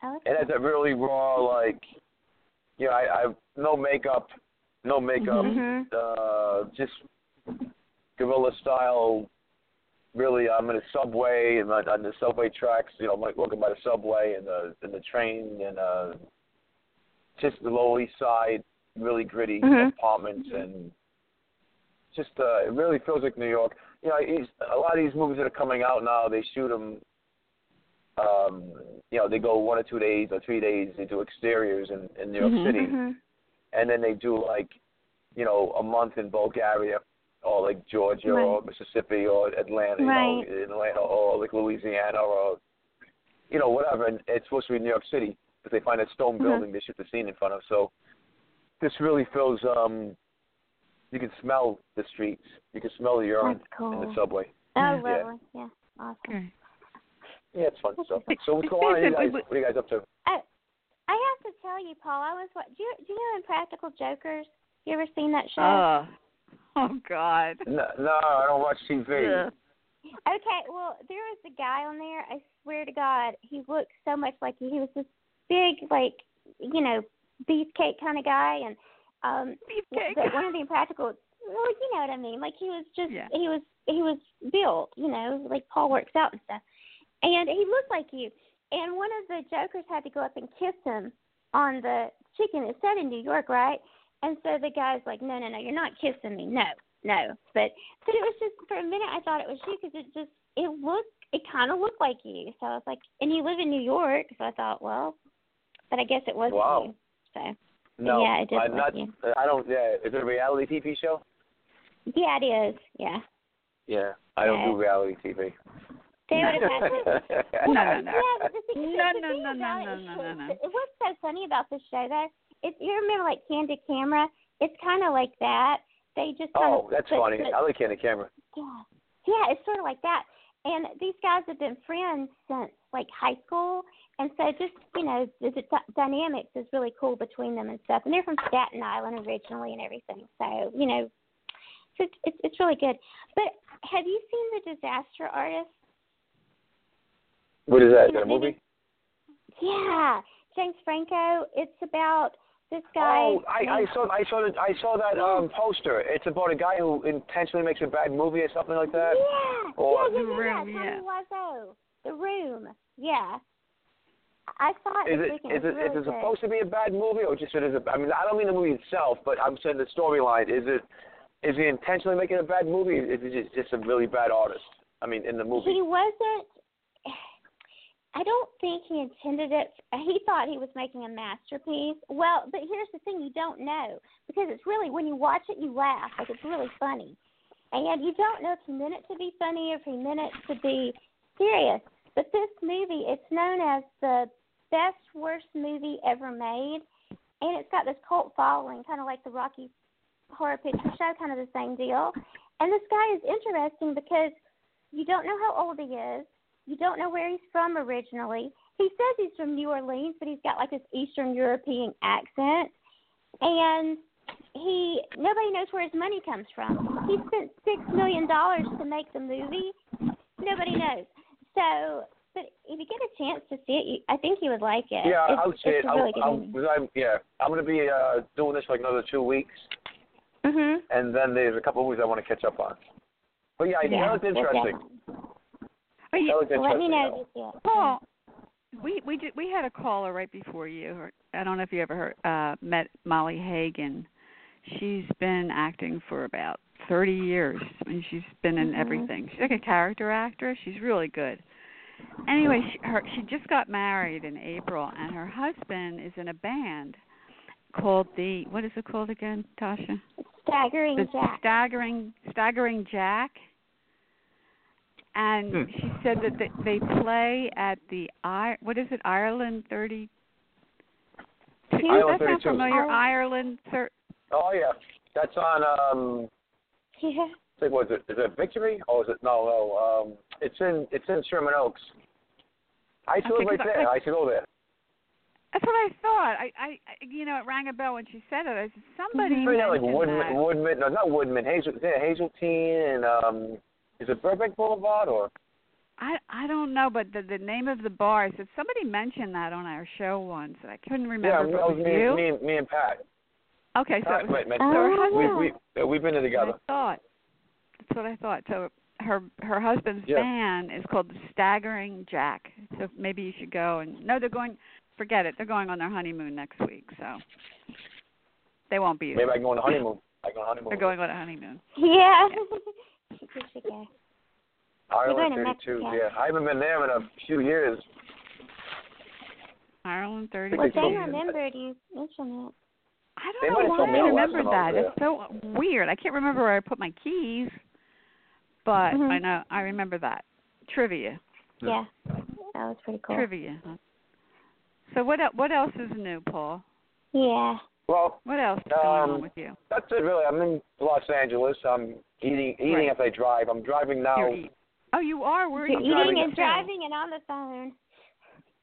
S4: I like
S6: It has
S4: that.
S6: a really raw like, you know, I, I no makeup, no makeup,
S3: Mm-hmm.
S4: Mhm.
S6: uh, just guerrilla style. Really, I'm in a subway and on, on the subway tracks. You know, like walking by the subway and the and the train and uh, just the Lower East Side, really gritty
S3: Mhm.
S6: apartments and just uh, it really feels like New York. You know, it's, a lot of these movies that are coming out now, they shoot them. Um, you know, they go one or two days or three days. They do exteriors in, in New York
S3: Mhm.
S6: City,
S4: Mhm.
S6: and then they do like, you know, a month in Bulgaria or like Georgia or Mississippi or Atlanta,
S4: Right.
S6: you know, Atlanta or like Louisiana or, you know, whatever. And it's supposed to be New York City, but they find a stone
S4: Uh-huh.
S6: building they shoot the scene in front of. So this really feels. um You can smell the streets. You can smell the urine
S4: That's cool.
S6: in the subway.
S4: Oh,
S6: Yeah.
S4: lovely. Yeah. Awesome.
S6: Yeah, it's fun stuff. So what's
S3: Steve
S6: going on?
S3: said
S6: You guys,
S3: we-
S6: what are you guys up to?
S4: I have to tell you, Paul. I was what? Do you, do you know Impractical Jokers? You ever seen that show?
S3: Oh, oh God.
S6: No, no, I don't watch TV.
S3: Ugh.
S4: Okay, well, there was a guy on there. I swear to God, he looked so much like he, he was this big, like you know, beefcake kind of guy, and um,
S3: Beefcake.
S4: But one of the impractical. Well, you know what I mean. Like he was just
S3: Yeah.
S4: he was he was built. You know, like Paul works out and stuff, and he looked like you. And one of the jokers had to go up and kiss him on the chicken. It said in New York, right? And so the guy's like, no, no, no, you're not kissing me. No, no. But but it was just for a minute I thought it was you because it just it looked it kind of looked like you. So I was like, and you live in New York, so I thought, well, but I guess it wasn't
S6: Wow.
S4: you. So
S6: No,
S4: Yeah, it did
S6: I'm
S4: like
S6: not.
S4: you.
S6: I don't. Yeah, is it a reality TV show?
S4: yeah, it is. Yeah,
S6: Yeah, I don't do
S4: Yeah.
S6: reality TV.
S4: they would have had to.
S3: No, no, no.
S4: Yeah, but the thing-
S3: No,
S4: the
S3: no,
S4: thing
S3: no, no,
S4: about
S3: no,
S4: it
S3: no, no,
S4: is-
S3: no.
S4: What's so funny about this show, though, is you remember like Candid Camera? It's kind of like that. They just kind
S6: Oh,
S4: of,
S6: that's
S4: but-
S6: funny.
S4: but-
S6: I like Candy Camera.
S4: Yeah. Yeah, it's sort of like that. And these guys have been friends since like high school, and so just you know, the, the dy- dynamics is really cool between them and stuff. And they're from Staten Island originally and everything, so you know, so it's it's, it's really good. But have you seen the Disaster Artist?
S6: What is that? Is
S4: You know,
S6: that a movie?
S4: maybe- Yeah, James Franco. It's about this guy.
S6: Oh, I, I
S4: named-
S6: saw I saw the, I saw that um poster. It's about a guy who intentionally makes a bad movie or something like that. Oh,
S4: Yeah, yeah, yeah,
S6: Or-
S3: The
S4: yeah,
S3: Room,
S4: yeah. Tommy Wiseau, The Room. yeah. I thought
S6: Is
S4: this
S6: it
S4: weekend
S6: is
S4: was
S6: it,
S4: really
S6: is
S4: good.
S6: it supposed to be a bad movie or just it is a, I mean I don't mean the movie itself, but I'm saying the storyline. Is it is he intentionally making a bad movie? Is it just, just a really bad artist? I mean in the movie.
S4: He wasn't. I don't think he intended it. He thought he was making a masterpiece. Well, but here's the thing: you don't know because it's really when you watch it, you laugh. Like it's really funny, and you don't know if he meant it to be funny or if he meant it to be serious. But this movie, it's known as the best worst movie ever made, and it's got this cult following, kind of like the Rocky Horror Picture Show, kind of the same deal. And this guy is interesting because you don't know how old he is. You don't know where he's from originally. He says he's from New Orleans, but he's got like this Eastern European accent. And he nobody knows where his money comes from. He spent six million dollars to make the movie. Nobody knows. So, but if you get a chance to see it, you, I think you would like it.
S6: Yeah,
S4: it's,
S6: I would say
S4: it's
S6: it.
S4: a
S6: I'll,
S4: really good
S6: I'll,
S4: movie.
S6: I'm, yeah, I'm going to be uh, doing this for like another two weeks,
S4: Mhm.
S6: and then there's a couple movies I want to catch up on. But yeah,
S3: Yeah,
S6: that looked
S4: It's
S6: interesting.
S4: definitely-
S3: Oh,
S6: That
S3: yeah.
S6: looked interesting.
S4: Let me know if
S6: though.
S4: you see it.
S3: Paul, we we did we had a caller right before you. Her, I don't know if you ever heard, uh, met Molly Hagan. She's been acting for about thirty years, and she's been in
S4: Mhm.
S3: everything. She's like a character actress. She's really good. Anyway, she, her, she just got married in April, and her husband is in a band called the what is it called again, Tasha?
S4: Staggering
S3: the
S4: Jack.
S3: staggering staggering Jack. And
S6: Hmm.
S3: she said that they, they play at the I what is it Ireland thirty.
S6: Ireland
S3: that sounds
S6: 32.
S3: familiar.
S4: Ireland-
S3: Ireland, thir-
S6: Oh yeah, that's on. Um,
S4: Yeah.
S6: I think was it is it Victory? Oh, is it no no? Um, it's in it's in Sherman Oaks. I used to
S3: Okay,
S6: live right
S3: 'cause I-
S6: there.
S3: like-
S6: I used to go there.
S3: that's what I thought. I, I, I- you know, it rang a bell when she said it. I said somebody
S6: Right now, like
S3: mentioned
S6: Woodman,
S3: that.
S6: Woodman, no, not Woodman. Hazel, yeah, Hazeltine, and um, is it Burbank Boulevard or?
S3: I I don't know, but the the name of the bar. I said somebody mentioned that on our show once. and I couldn't remember.
S6: yeah,
S3: if
S6: that
S3: it
S6: was
S3: was
S6: me,
S3: you.
S6: me, and- me and Pat.
S3: okay, so it
S6: Pat
S3: was
S6: Whitman.
S4: Oh,
S6: we
S4: yeah.
S6: we yeah, we've been there together.
S3: I thought. That's what I thought. So her her husband's
S6: Yeah.
S3: band is called the Staggering Jack. So maybe you should go and no, they're going. Forget it. They're going on their honeymoon next week, so they won't be.
S6: Maybe I can go on a honeymoon. I can go on a honeymoon.
S3: They're going on a honeymoon.
S4: Yeah. Good to go.
S6: Ireland
S4: They're going to
S6: 32.
S4: Mexico.
S6: Yeah, I haven't been there in a few years.
S3: Ireland thirty.
S4: Well,
S6: Like,
S4: Dan
S6: so-
S4: remembered you mentioned it.
S3: I
S6: They
S3: don't know
S6: might have
S3: why
S6: told me
S3: I
S6: that last
S3: remembered
S6: time I
S3: that.
S6: was
S3: It's so weird. I can't remember where I put my keys, but
S4: Mhm.
S3: I know I remember that trivia.
S4: Yeah. That was pretty cool.
S3: Trivia. So what el- what else is new, Paul?
S4: Yeah.
S6: Well,
S3: What else is going
S6: Um,
S3: on with you?
S6: that's it really. I'm in Los Angeles. I'm eating eating
S3: Right.
S6: as I drive. I'm driving
S3: You're
S6: now.
S3: eat- Oh, you are. Where are you
S4: You're eating
S3: driving
S4: and
S3: to?
S4: driving and on the phone.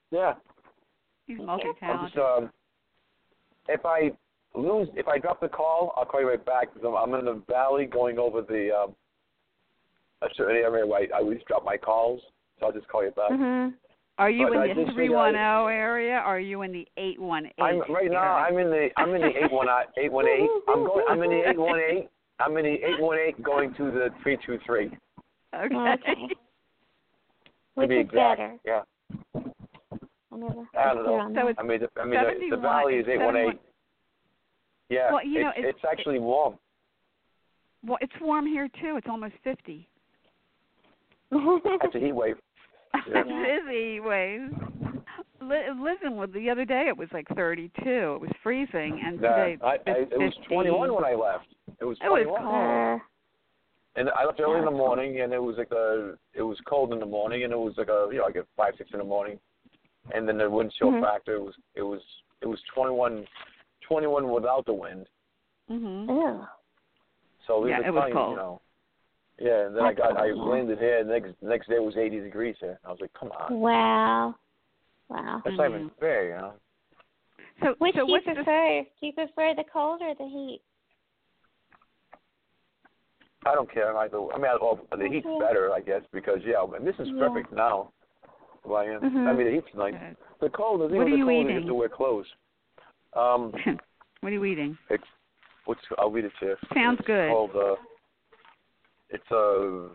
S6: Yeah,
S3: He's
S6: I'm just
S3: multi-talented.
S6: um. If I lose, if I drop the call, I'll call you right back because I'm, I'm in the valley going over the um. A certain area where I, I always drop my calls, so I'll just call you back.
S4: Mhm.
S3: Are you
S6: but I
S3: in the
S6: just
S3: three
S6: figured
S3: one zero
S6: out-
S3: area? Or are you in the eight one eight?
S6: I'm right now. I'm in the I'm in the eight one eight one eight. I'm going. I'm in the eight one eight. I'm in the eight one eight going to the three two three.
S3: Okay.
S4: Okay.
S6: To
S4: Which
S6: be
S4: is
S6: exact.
S4: better.
S6: Yeah.
S4: I never.
S6: I don't know.
S4: clear on
S3: So
S4: that.
S3: it's
S6: I mean, the, I mean, the, the
S3: 71
S6: valley is eight one eight.
S3: 71
S6: Yeah.
S3: Well, you know,
S6: it's,
S3: it's-
S6: it's actually warm.
S3: well, it's warm here too. It's almost fifty.
S6: That's a heat wave. Yeah.
S3: Busy ways. Li- Listen, well, the other day it was like thirty-two. It was freezing, and today
S6: I, I,
S3: it's
S6: it was
S3: 50.
S6: twenty one when I left. It was
S3: It
S6: twenty
S3: was
S6: one.
S3: cold.
S4: Uh,
S6: And I left early in the morning, and it was like a it was cold in the morning, and it was like a you know like at five six in the morning, and then the wind chill
S3: Mm-hmm.
S4: Mhm.
S6: factor was it was it was twenty one, twenty one without the wind.
S3: hmm
S4: ew.
S6: So we
S3: Yeah,
S6: were
S3: it was
S6: playing,
S3: cold.
S6: You know. Yeah, and then I got I landed here. And next next day was 80 degrees here. I was like, come
S3: Oh,
S6: on,
S4: Wow. Wow.
S6: that's not even fair, you know.
S3: So,
S4: Which
S3: so
S4: do you
S3: what's the
S4: prefer? Do you prefer the cold or the heat?
S6: I don't care. I, go, I mean, I, well, the heat's
S4: Okay.
S6: better, I guess, because yeah, I mean, this is
S4: Yeah.
S6: perfect now. Well, I, am. I
S4: Mhm.
S6: mean, the heat's nice. The cold, the thing
S3: Mm-hmm. What
S6: with
S3: are
S6: the
S3: you
S6: cold is you have
S3: eating?
S6: to wear clothes. Um,
S3: what are you eating?
S6: it's what's I'll read it to you.
S3: Sounds
S6: it's
S3: good.
S6: Called, uh, it's a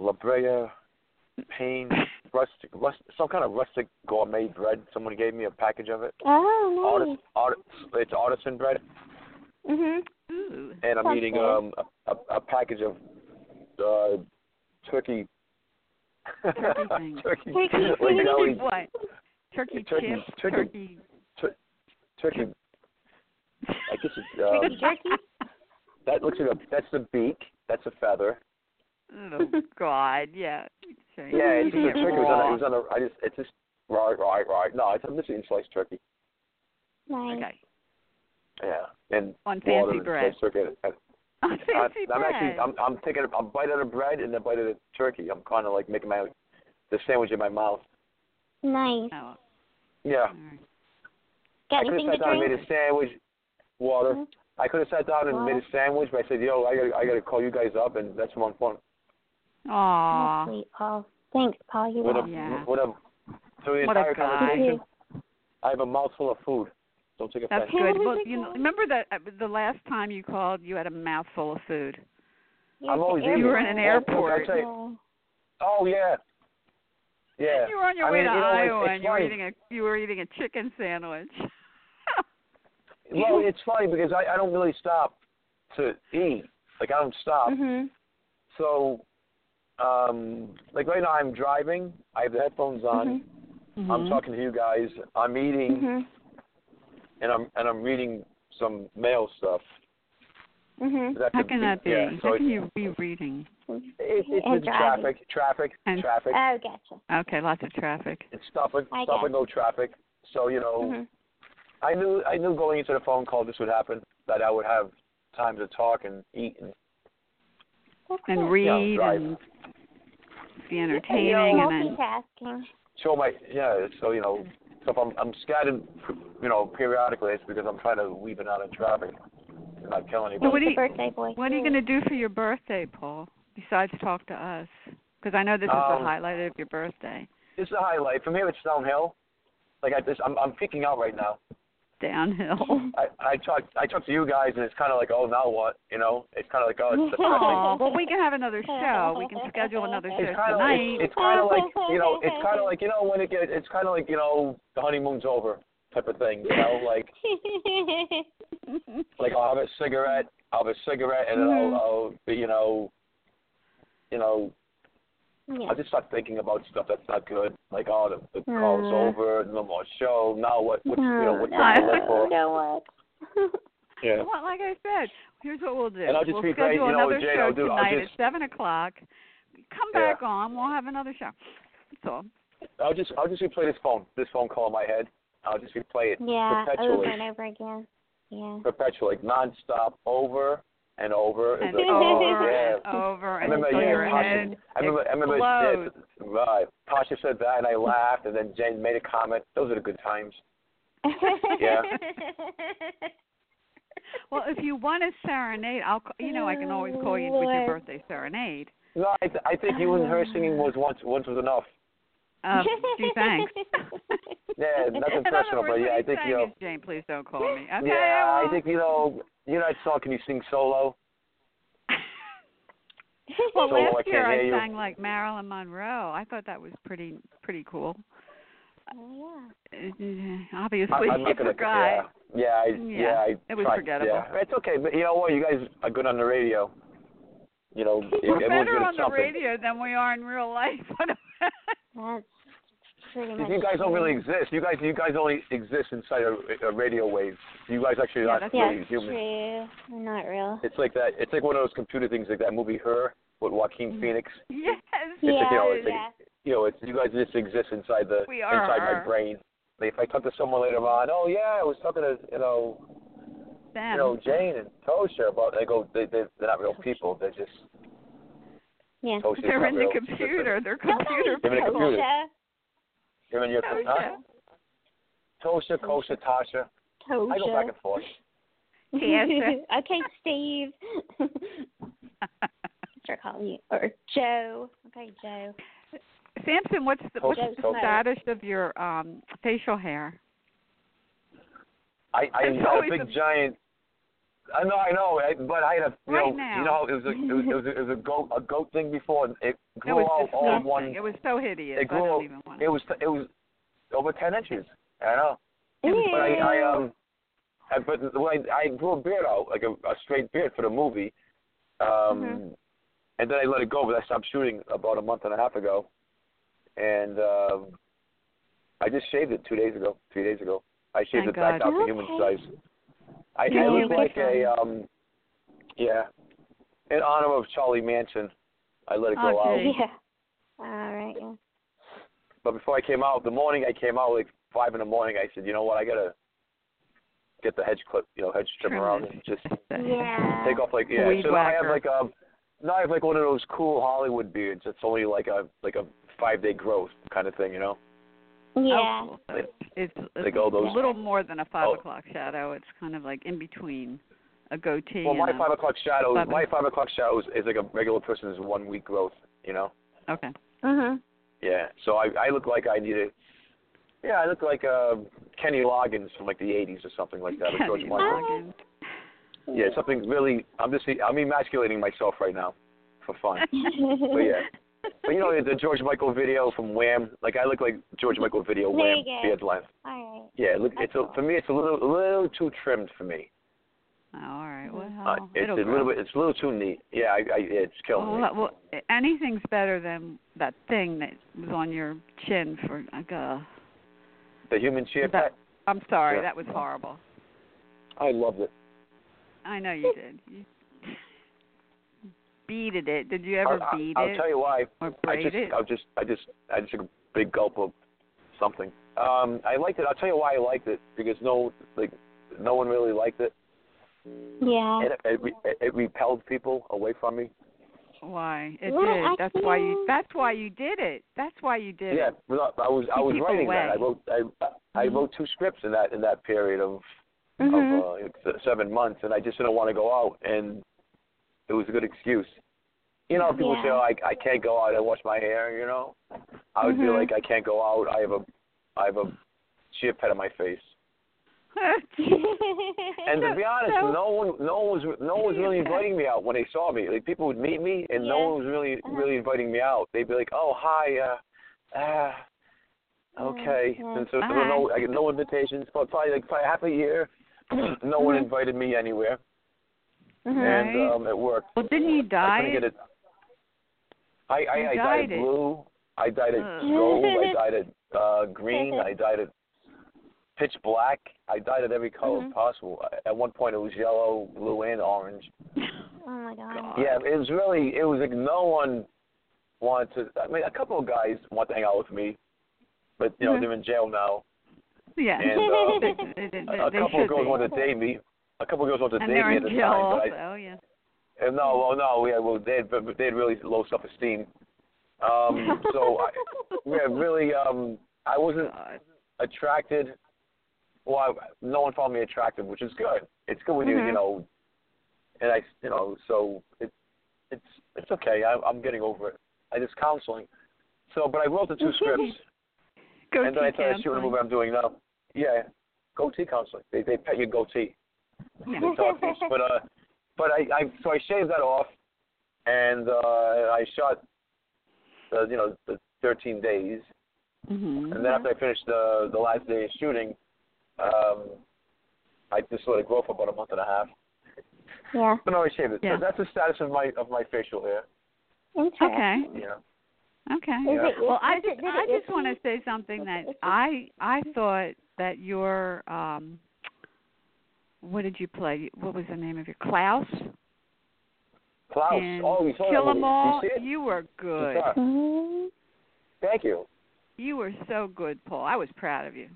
S6: La Brea, Payne, rustic, rustic, some kind of rustic gourmet bread. Someone gave me a package of it.
S4: Oh, nice.
S6: Artis, art, it's artisan bread,
S4: Mhm.
S1: Ooh.
S6: and I'm
S4: Sounds
S6: eating
S4: good.
S6: um a, a, a package of uh turkey.
S3: Turkey things.
S4: Turkey
S6: turkey, like
S4: things.
S6: belly-
S3: what? Turkey,
S6: Turkey-
S3: chips,
S6: turkey-
S3: turkey.
S6: turkey. I guess it's um,
S4: jerky?
S6: that looks like a that's the beak. That's a feather.
S3: oh God, yeah. Sure.
S6: Yeah, it's just a
S3: Yeah,
S6: turkey. It was, on,
S3: raw.
S6: it was on a. I just. It's just. Right, right, right. No, it's, I'm just eating sliced turkey.
S4: Nice.
S3: Okay,
S6: Yeah, and
S3: on
S6: water
S3: fancy
S6: and
S3: bread.
S6: sliced turkey. And-
S3: On
S6: I,
S3: fancy
S6: I'm
S3: bread.
S6: actually. I'm. I'm taking a, a bite out of bread and a bite of the turkey. I'm kind of like making my the sandwich in my mouth.
S4: Nice.
S3: oh,
S6: Yeah.
S3: all right.
S6: I
S4: Got
S6: could have
S4: anything to
S6: sat down and made
S4: drink?
S6: a sandwich. Water.
S4: Mhm.
S3: Mm-hmm.
S6: I could have sat down and made a sandwich, but I said, "Yo, I gotta, I gotta call you guys up, and that's more fun."
S4: Oh,
S3: Aw,
S4: sweet, Paul. Thanks, Paul. You
S6: What
S4: are.
S6: a,
S3: Yeah.
S6: what a. Through the
S3: What a
S6: entire
S3: guy.
S6: conversation,
S4: You
S6: I have a mouthful of food. Don't take offense.
S3: that's good. Well, you know, remember that uh, the last time you called, you had a mouthful of food.
S4: You're at
S6: I'm
S4: the
S6: always
S3: You were in an
S6: eating.
S3: airport.
S6: Well, look, I tell you- Oh yeah, yeah.
S3: You were on your
S6: I
S3: way
S6: mean,
S3: to
S6: you know, it's-
S3: Iowa,
S6: it's
S3: and you were
S6: funny.
S3: eating a you were eating a chicken sandwich.
S6: Well, it's funny because I, I don't really stop to eat. Like I don't stop.
S3: Mm-hmm.
S4: Mhm.
S6: So, um, like right now I'm driving. I have the headphones on.
S3: Mm-hmm.
S6: I'm talking to you guys. I'm Uh, eating,
S4: Mhm.
S3: Mm-hmm.
S6: and I'm and I'm reading some mail stuff.
S4: Mhm.
S6: That
S3: How
S6: could
S3: can that be?
S6: Yeah, so
S3: How
S6: it's,
S3: can you be reading?
S6: It, it's
S4: And
S6: it's
S4: driving.
S6: traffic, traffic,
S3: And-
S6: traffic.
S4: Oh, gotcha.
S3: Okay, lots of traffic.
S6: It's stop and
S4: I
S6: stop
S4: guess.
S6: and go traffic. So you know,
S3: Mm-hmm.
S4: Mhm.
S6: I knew I knew going into the phone call this would happen. That I would have time to talk and eat and
S4: That's good.
S3: and read
S6: drive.
S3: and be
S4: You're
S3: entertaining and then
S4: multitasking.
S6: show my yeah. So you know, so if I'm I'm scattered, you know, periodically, it's because I'm trying to weave it out of traffic and not kill anybody.
S3: So what do
S4: The
S3: you-
S4: birthday boy.
S3: what are you going to do for your birthday, Paul? Besides talk to us, because I know this is
S6: Um,
S3: the highlight of your birthday.
S6: This is a highlight. From here, it's downhill. Like I just, I'm I'm peeking out right now.
S3: Downhill.
S6: I I talk I talk to you guys, and it's kind of like, oh, now what? You know, it's kind of like, oh, it's
S3: Oh,
S6: depressing.
S3: well, we can have another show. We can schedule another show
S6: It's kind of
S3: tonight.
S6: it's, it's kind of like you know it's kind of like you know when it gets it's kind of like you know the honeymoon's over type of thing you know like like I'll have a cigarette, I'll have a cigarette, and then
S4: Mm-hmm.
S6: I'll, I'll be, you know, you know,
S4: yeah.
S6: I'll just start thinking about stuff that's not good. Like, oh, the, the
S4: Mm.
S6: call's over, no more show. Now what? What's, you know, what's
S4: no,
S6: on the
S4: no,
S6: list for?
S4: no, what?
S6: Yeah.
S3: Well, like I said, here's what we'll do.
S6: And I'll just
S3: we'll
S6: be
S3: schedule
S6: great. You know what,
S3: another
S6: Jane,
S3: show
S6: I'll do- I'll
S3: tonight
S6: just-
S3: at seven o'clock. Come
S6: Yeah.
S3: back on. We'll have another show. That's all.
S6: I'll just I'll just replay this phone this phone call in my head. I'll just replay it
S4: yeah,
S6: perpetually,
S4: over and over again. Yeah.
S6: perpetually, nonstop, over and over. It's
S3: And
S6: like,
S3: over
S6: oh,
S3: and over
S6: I
S3: and
S6: remember,
S3: until
S6: yeah,
S3: your
S6: Tasha-
S3: head
S6: I remember, I remember, yeah,
S3: explodes.
S6: right. Tasha said that, and I laughed, and then Jane made a comment. Those are the good times. Yeah.
S3: Well, if you want a serenade, I'll. ca- You know, I can always call you with your
S4: Lord.
S3: birthday serenade.
S6: No, I, th- I think you and her singing was once once was enough.
S3: Uh, gee, thanks.
S6: Yeah, nothing
S3: In other
S6: personal, but
S3: words, what
S6: yeah, I
S3: he's
S6: think you
S3: saying
S6: know.
S3: is, Jane, please don't call me. Okay,
S6: yeah,
S3: I,
S6: I think you know. You know that song? Can you sing solo?
S3: Well,
S6: so I
S3: last
S6: can't
S3: year
S6: hear
S3: I
S6: you.
S3: sang like Marilyn Monroe. I thought that was pretty pretty cool.
S4: Oh,
S3: Uh,
S6: I,
S3: Obviously,
S6: I'm
S3: you
S6: not gonna.
S3: forgot.
S6: Yeah, yeah, I,
S3: Yeah,
S6: yeah, I
S3: it was
S6: tried,
S3: forgettable.
S6: Yeah. It's okay, but you know what? You guys are good on the radio. You know,
S3: We're
S6: everyone's
S3: better
S6: good at
S3: on the
S6: something.
S3: radio than we are in real life.
S4: yeah. That's pretty much.
S6: Because You guys don't really exist. You guys, you guys only exist inside a, a radio wave. You guys actually
S3: Yeah,
S6: are
S3: that's
S6: not
S4: Yeah,
S6: really
S4: it's
S6: human.
S4: true. Not real.
S6: It's like that. It's like one of those computer things, like that movie *Her* with Joaquin
S3: Mm-hmm.
S6: Phoenix.
S3: yes,
S6: It's
S4: yeah,
S6: like, you know, it's like-
S4: yeah.
S6: you know, it's you guys just exist inside the
S3: We are.
S6: inside my brain. Like if I talk to someone later on, oh yeah, I was talking to you know
S3: them.
S6: you know Jane and Tosha about. They go, they, they they're not real people. They're just
S4: yeah.
S6: Tosha's
S3: They're
S6: not
S3: in
S6: real.
S3: the computer. They're computer
S6: They're in the
S3: people.
S6: computer.
S4: Tosha.
S6: They're in your huh?
S3: Tosha.
S6: Tosha, Kosha, Tasha. I go back and forth.
S3: Tosha.
S4: okay, Steve. Start calling you or Joe. Okay, Joe.
S3: Samson, what's the what's
S6: Tosha,
S3: the
S6: Tosha.
S3: status of your um facial hair?
S6: I I
S3: It's
S6: had a
S3: always
S6: big
S3: a-
S6: giant I know, I know, I- but I had a you
S3: Right
S6: know,
S3: now.
S6: you know, how it was a it was, it was, a, it was a goat a goat thing before. and It
S3: It
S6: grew
S3: was
S6: all
S3: just
S6: all in
S3: nothing.
S6: one.
S3: It was so hideous.
S6: it
S3: I
S6: grew.
S3: don't even want
S6: it was it was over ten inches. I know,
S4: Ew.
S6: but I, I um, I, but the way I grew a beard out like a, a straight beard for the movie, um,
S3: Mm-hmm.
S4: Mhm.
S6: and then I let it go. But I stopped shooting about a month and a half ago, and um, I just shaved it two days ago, three days ago. I shaved
S3: Thank
S6: it back
S3: God.
S6: out to human
S4: Okay.
S6: size. I,
S3: Yeah,
S6: I
S3: you
S6: look
S3: look
S6: like a um, yeah, in honor of Charlie Manson. I let it go
S3: Okay.
S6: out.
S4: Yeah. All right. Yeah.
S6: But before I came out, the morning I came out, like five in the morning, I said, you know what, I gotta get the hedge clip, you know, hedge trimmer out and just
S4: yeah.
S6: take off like yeah.
S3: Weed
S6: so now I have
S3: whacker.
S6: like um, now I have like one of those cool Hollywood beards that's only like a like a five day growth kind of thing, you know.
S4: Yeah.
S6: Oh.
S3: It's,
S6: Like
S3: it's
S6: all those-
S3: a little more than a five
S6: Oh.
S3: o'clock shadow. It's kind of like in between a goatee.
S6: Well, my
S3: and a-
S6: five o'clock shadow,
S3: Five-
S6: my five o'clock shadow is, is like a regular person's one week growth, you know.
S3: Okay.
S4: Mhm.
S6: Yeah. So I I look like I need a. Yeah, I look like uh, Kenny Loggins from like the '80s or something like that. or George
S3: Kenny
S6: Michael.
S3: Loggins.
S6: Yeah, something really. I'm just. I'm emasculating myself right now, for fun. but yeah. But you know the George Michael video from Wham. Like I look like George Michael video
S4: There
S6: Wham
S4: you go.
S6: beard length.
S4: All right.
S6: Yeah, look, it's a, for me. It's a little, a little too trimmed for me.
S3: Oh, all right. Well,
S6: Uh, it's
S3: it'll
S6: a little bit. It's a little too neat. Yeah, I, I, it's killing
S3: Well,
S6: me.
S3: Oh, that- well, anything's better than that thing that was on your chin for like a.
S6: The human chair
S3: That,
S6: pet.
S3: I'm sorry,
S6: Yeah.
S3: that was horrible.
S6: I loved it.
S3: I know you did. You beaded it. Did you ever
S6: I'll,
S3: bead
S6: I'll
S3: it
S6: tell you why.
S3: or
S6: I
S3: braid
S6: just,
S3: it?
S6: I just, I just, I just took a big gulp of something. Um, I liked it. I'll tell you why I liked it because no, like, no one really liked it.
S4: Yeah.
S6: It, it, re- it, it repelled people away from me.
S3: Why? It
S4: Well,
S3: did.
S4: I
S3: That's why you.
S4: can't-
S3: That's why you did it. That's why you did
S6: Yeah,
S3: it.
S6: well, I was, I
S3: Keep
S6: was
S3: people
S6: writing that.
S3: away.
S6: I
S3: Mm-hmm.
S6: wrote, I, I wrote two scripts in that in that period of
S4: Mhm.
S6: of uh, s- seven months, and I just didn't want to go out, and it was a good excuse. You know, people say,
S4: Yeah.
S6: oh, "I I can't go out. I wash my hair." You know, I would be
S3: Mm-hmm.
S4: Mhm.
S6: like, "I can't go out. I have a I have a chip head on my face."
S4: Mm-hmm.
S6: And to be honest,
S3: so-
S6: no one no one was no one was really
S3: Yeah.
S6: inviting me out when they saw me. Like people would meet me, and no
S4: Yeah.
S6: one was really
S4: Uh-huh.
S6: really inviting me out. They'd be like, "Oh, hi." Uh, uh,
S4: Mm-hmm.
S6: Okay,
S4: yeah.
S6: and so there were no, I got no invitations. But probably like probably half a year, no one
S4: Mhm.
S6: invited me anywhere.
S3: Right.
S6: and um, it worked.
S3: well, didn't you
S6: I
S3: dye
S6: couldn't
S3: it?
S6: get it. I I,
S3: You
S6: I
S3: dyed
S6: dyed
S3: it.
S6: blue. I dyed it
S3: Ugh.
S6: gold. I dyed it uh, green. I dyed it pitch black. I dyed it every color
S4: Mhm.
S6: possible. At one point, it was yellow, blue, and orange.
S4: oh my god.
S6: Yeah, it was really. It was like no one wanted to. I mean, a couple of guys want to hang out with me, but you know
S4: Mhm.
S3: Mm-hmm.
S6: they're in jail now.
S3: Yeah.
S6: And,
S3: They-
S6: uh,
S3: they- they-
S6: A- a
S3: they
S6: couple
S3: should
S6: of girls
S3: be.
S6: wanted to date me. A couple of girls wanted to
S3: And
S6: date
S3: they're
S6: me at
S3: in
S6: the
S3: jail oh,
S6: time, but I,
S3: also. Yeah.
S6: And no, well, no, yeah, well, they had they had really low self esteem. Um, so I, yeah, really, um, I wasn't
S3: God.
S6: attracted. Well, I, no one found me attractive, which is good. It's good when you,
S3: Mm-hmm.
S6: you
S4: Mhm.
S6: know, and I, you know, so it, it's it's okay. I, I'm getting over it. I just counseling. So, but I wrote the two scripts,
S3: Go
S6: and then I
S3: see
S6: started shooting the
S3: counseling.
S6: movie I'm doing now. Yeah, goatee counseling. They they pet your goatee.
S3: Yeah.
S6: It's obvious. But uh, but I, I so I shaved that off, and uh, I shot, the, you know, the 13 days,
S4: Mm-hmm.
S3: Mhm.
S6: and then after I finished the the last day of shooting, um, I just let it grow for about a month and a half.
S4: Yeah.
S6: But no, I shaved it.
S3: Yeah.
S6: So that's the status of my of my facial hair.
S4: Interesting.
S3: Okay.
S6: You know.
S3: Okay.
S4: Is
S6: Yeah.
S4: it,
S3: Well, I
S4: does
S3: just
S4: it, did
S3: I
S4: it
S3: just want to
S4: itchy?
S3: say something that
S4: Itchy.
S3: I I thought that your um what did you play? What was the name of your Klaus?
S6: Klaus,
S3: in
S6: oh, you saw that
S3: Kill 'em
S6: movie.
S3: all.
S6: You see it?
S3: You were good.
S6: You saw it.
S4: Mhm.
S6: Thank you.
S3: You were so good, Paul. I was proud of you.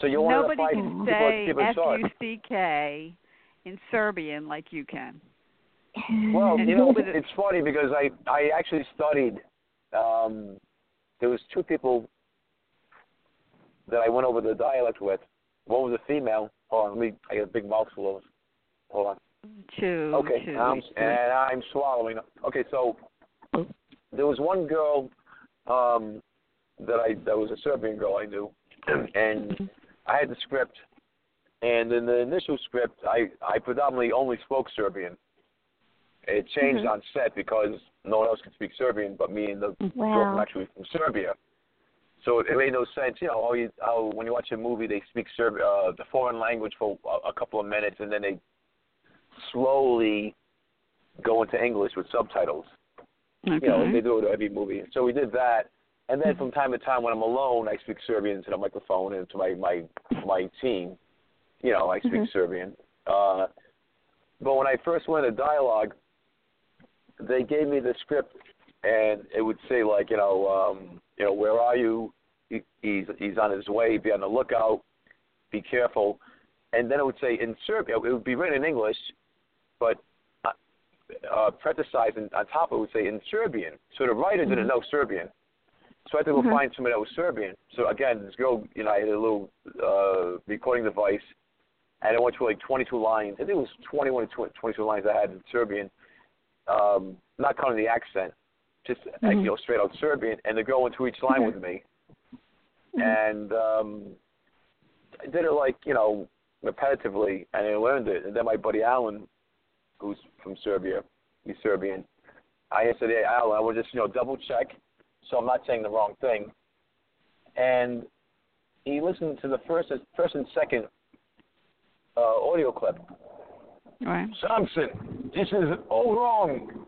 S6: So you wanted to
S3: Nobody
S6: fight
S3: can
S6: people
S3: say
S6: to keep it
S3: F
S6: short.
S3: U C K in Serbian like you can.
S6: Well,
S3: And
S6: you know,
S3: with it-
S6: it's funny because I I actually studied. Um, there was two people that I went over the dialect with. One was a female. Hold on, let me. I got a big mouthful of. Hold on.
S3: Chew,
S6: Okay,
S3: chew,
S6: um,
S3: chew.
S6: and I'm swallowing. Okay, so there was one girl um, that I that was a Serbian girl I knew, and I had the script, And in the initial script, I I predominantly only spoke Serbian. It changed on set because no one else could speak Serbian but me and the girl
S4: Wow.
S6: from actually from Serbia. So it made no sense, you know, how, you, how when you watch a movie they speak Serb, uh, the foreign language for a, a couple of minutes and then they slowly go into English with subtitles.
S3: Okay.
S6: You
S3: Mm-hmm.
S6: know, they do it to every movie. So we did that, and then from time to time when I'm alone, I speak Serbian to the microphone and to my my my team. You know, I speak Serbian. Uh, but when I first went to dialogue, they gave me the script, and it would say like, you know, um, you know, where are you? He, he's he's on his way. Be on the lookout. Be careful. And then it would say in Serbia. It would be written in English, but uh, parenthesized and on top of it would say in Serbian. So the writer didn't know Serbian. So I had to go find somebody that was Serbian. So again, this girl, you know, I had a little uh, recording device, and I went through like 22 lines. I think it was 21 to 22 lines I had in Serbian, um, not counting the accent, just uh you know straight out Serbian. And the girl went through each line with me, and um, I did it like you know repetitively, and I learned it. And then my buddy Alan, who's from Serbia. He's Serbian. I said, hey, Al, I will just, you know, double check so I'm not saying the wrong thing. And he listened to the first, first and second uh, audio clip.
S3: Right.
S6: Samson, this is all wrong.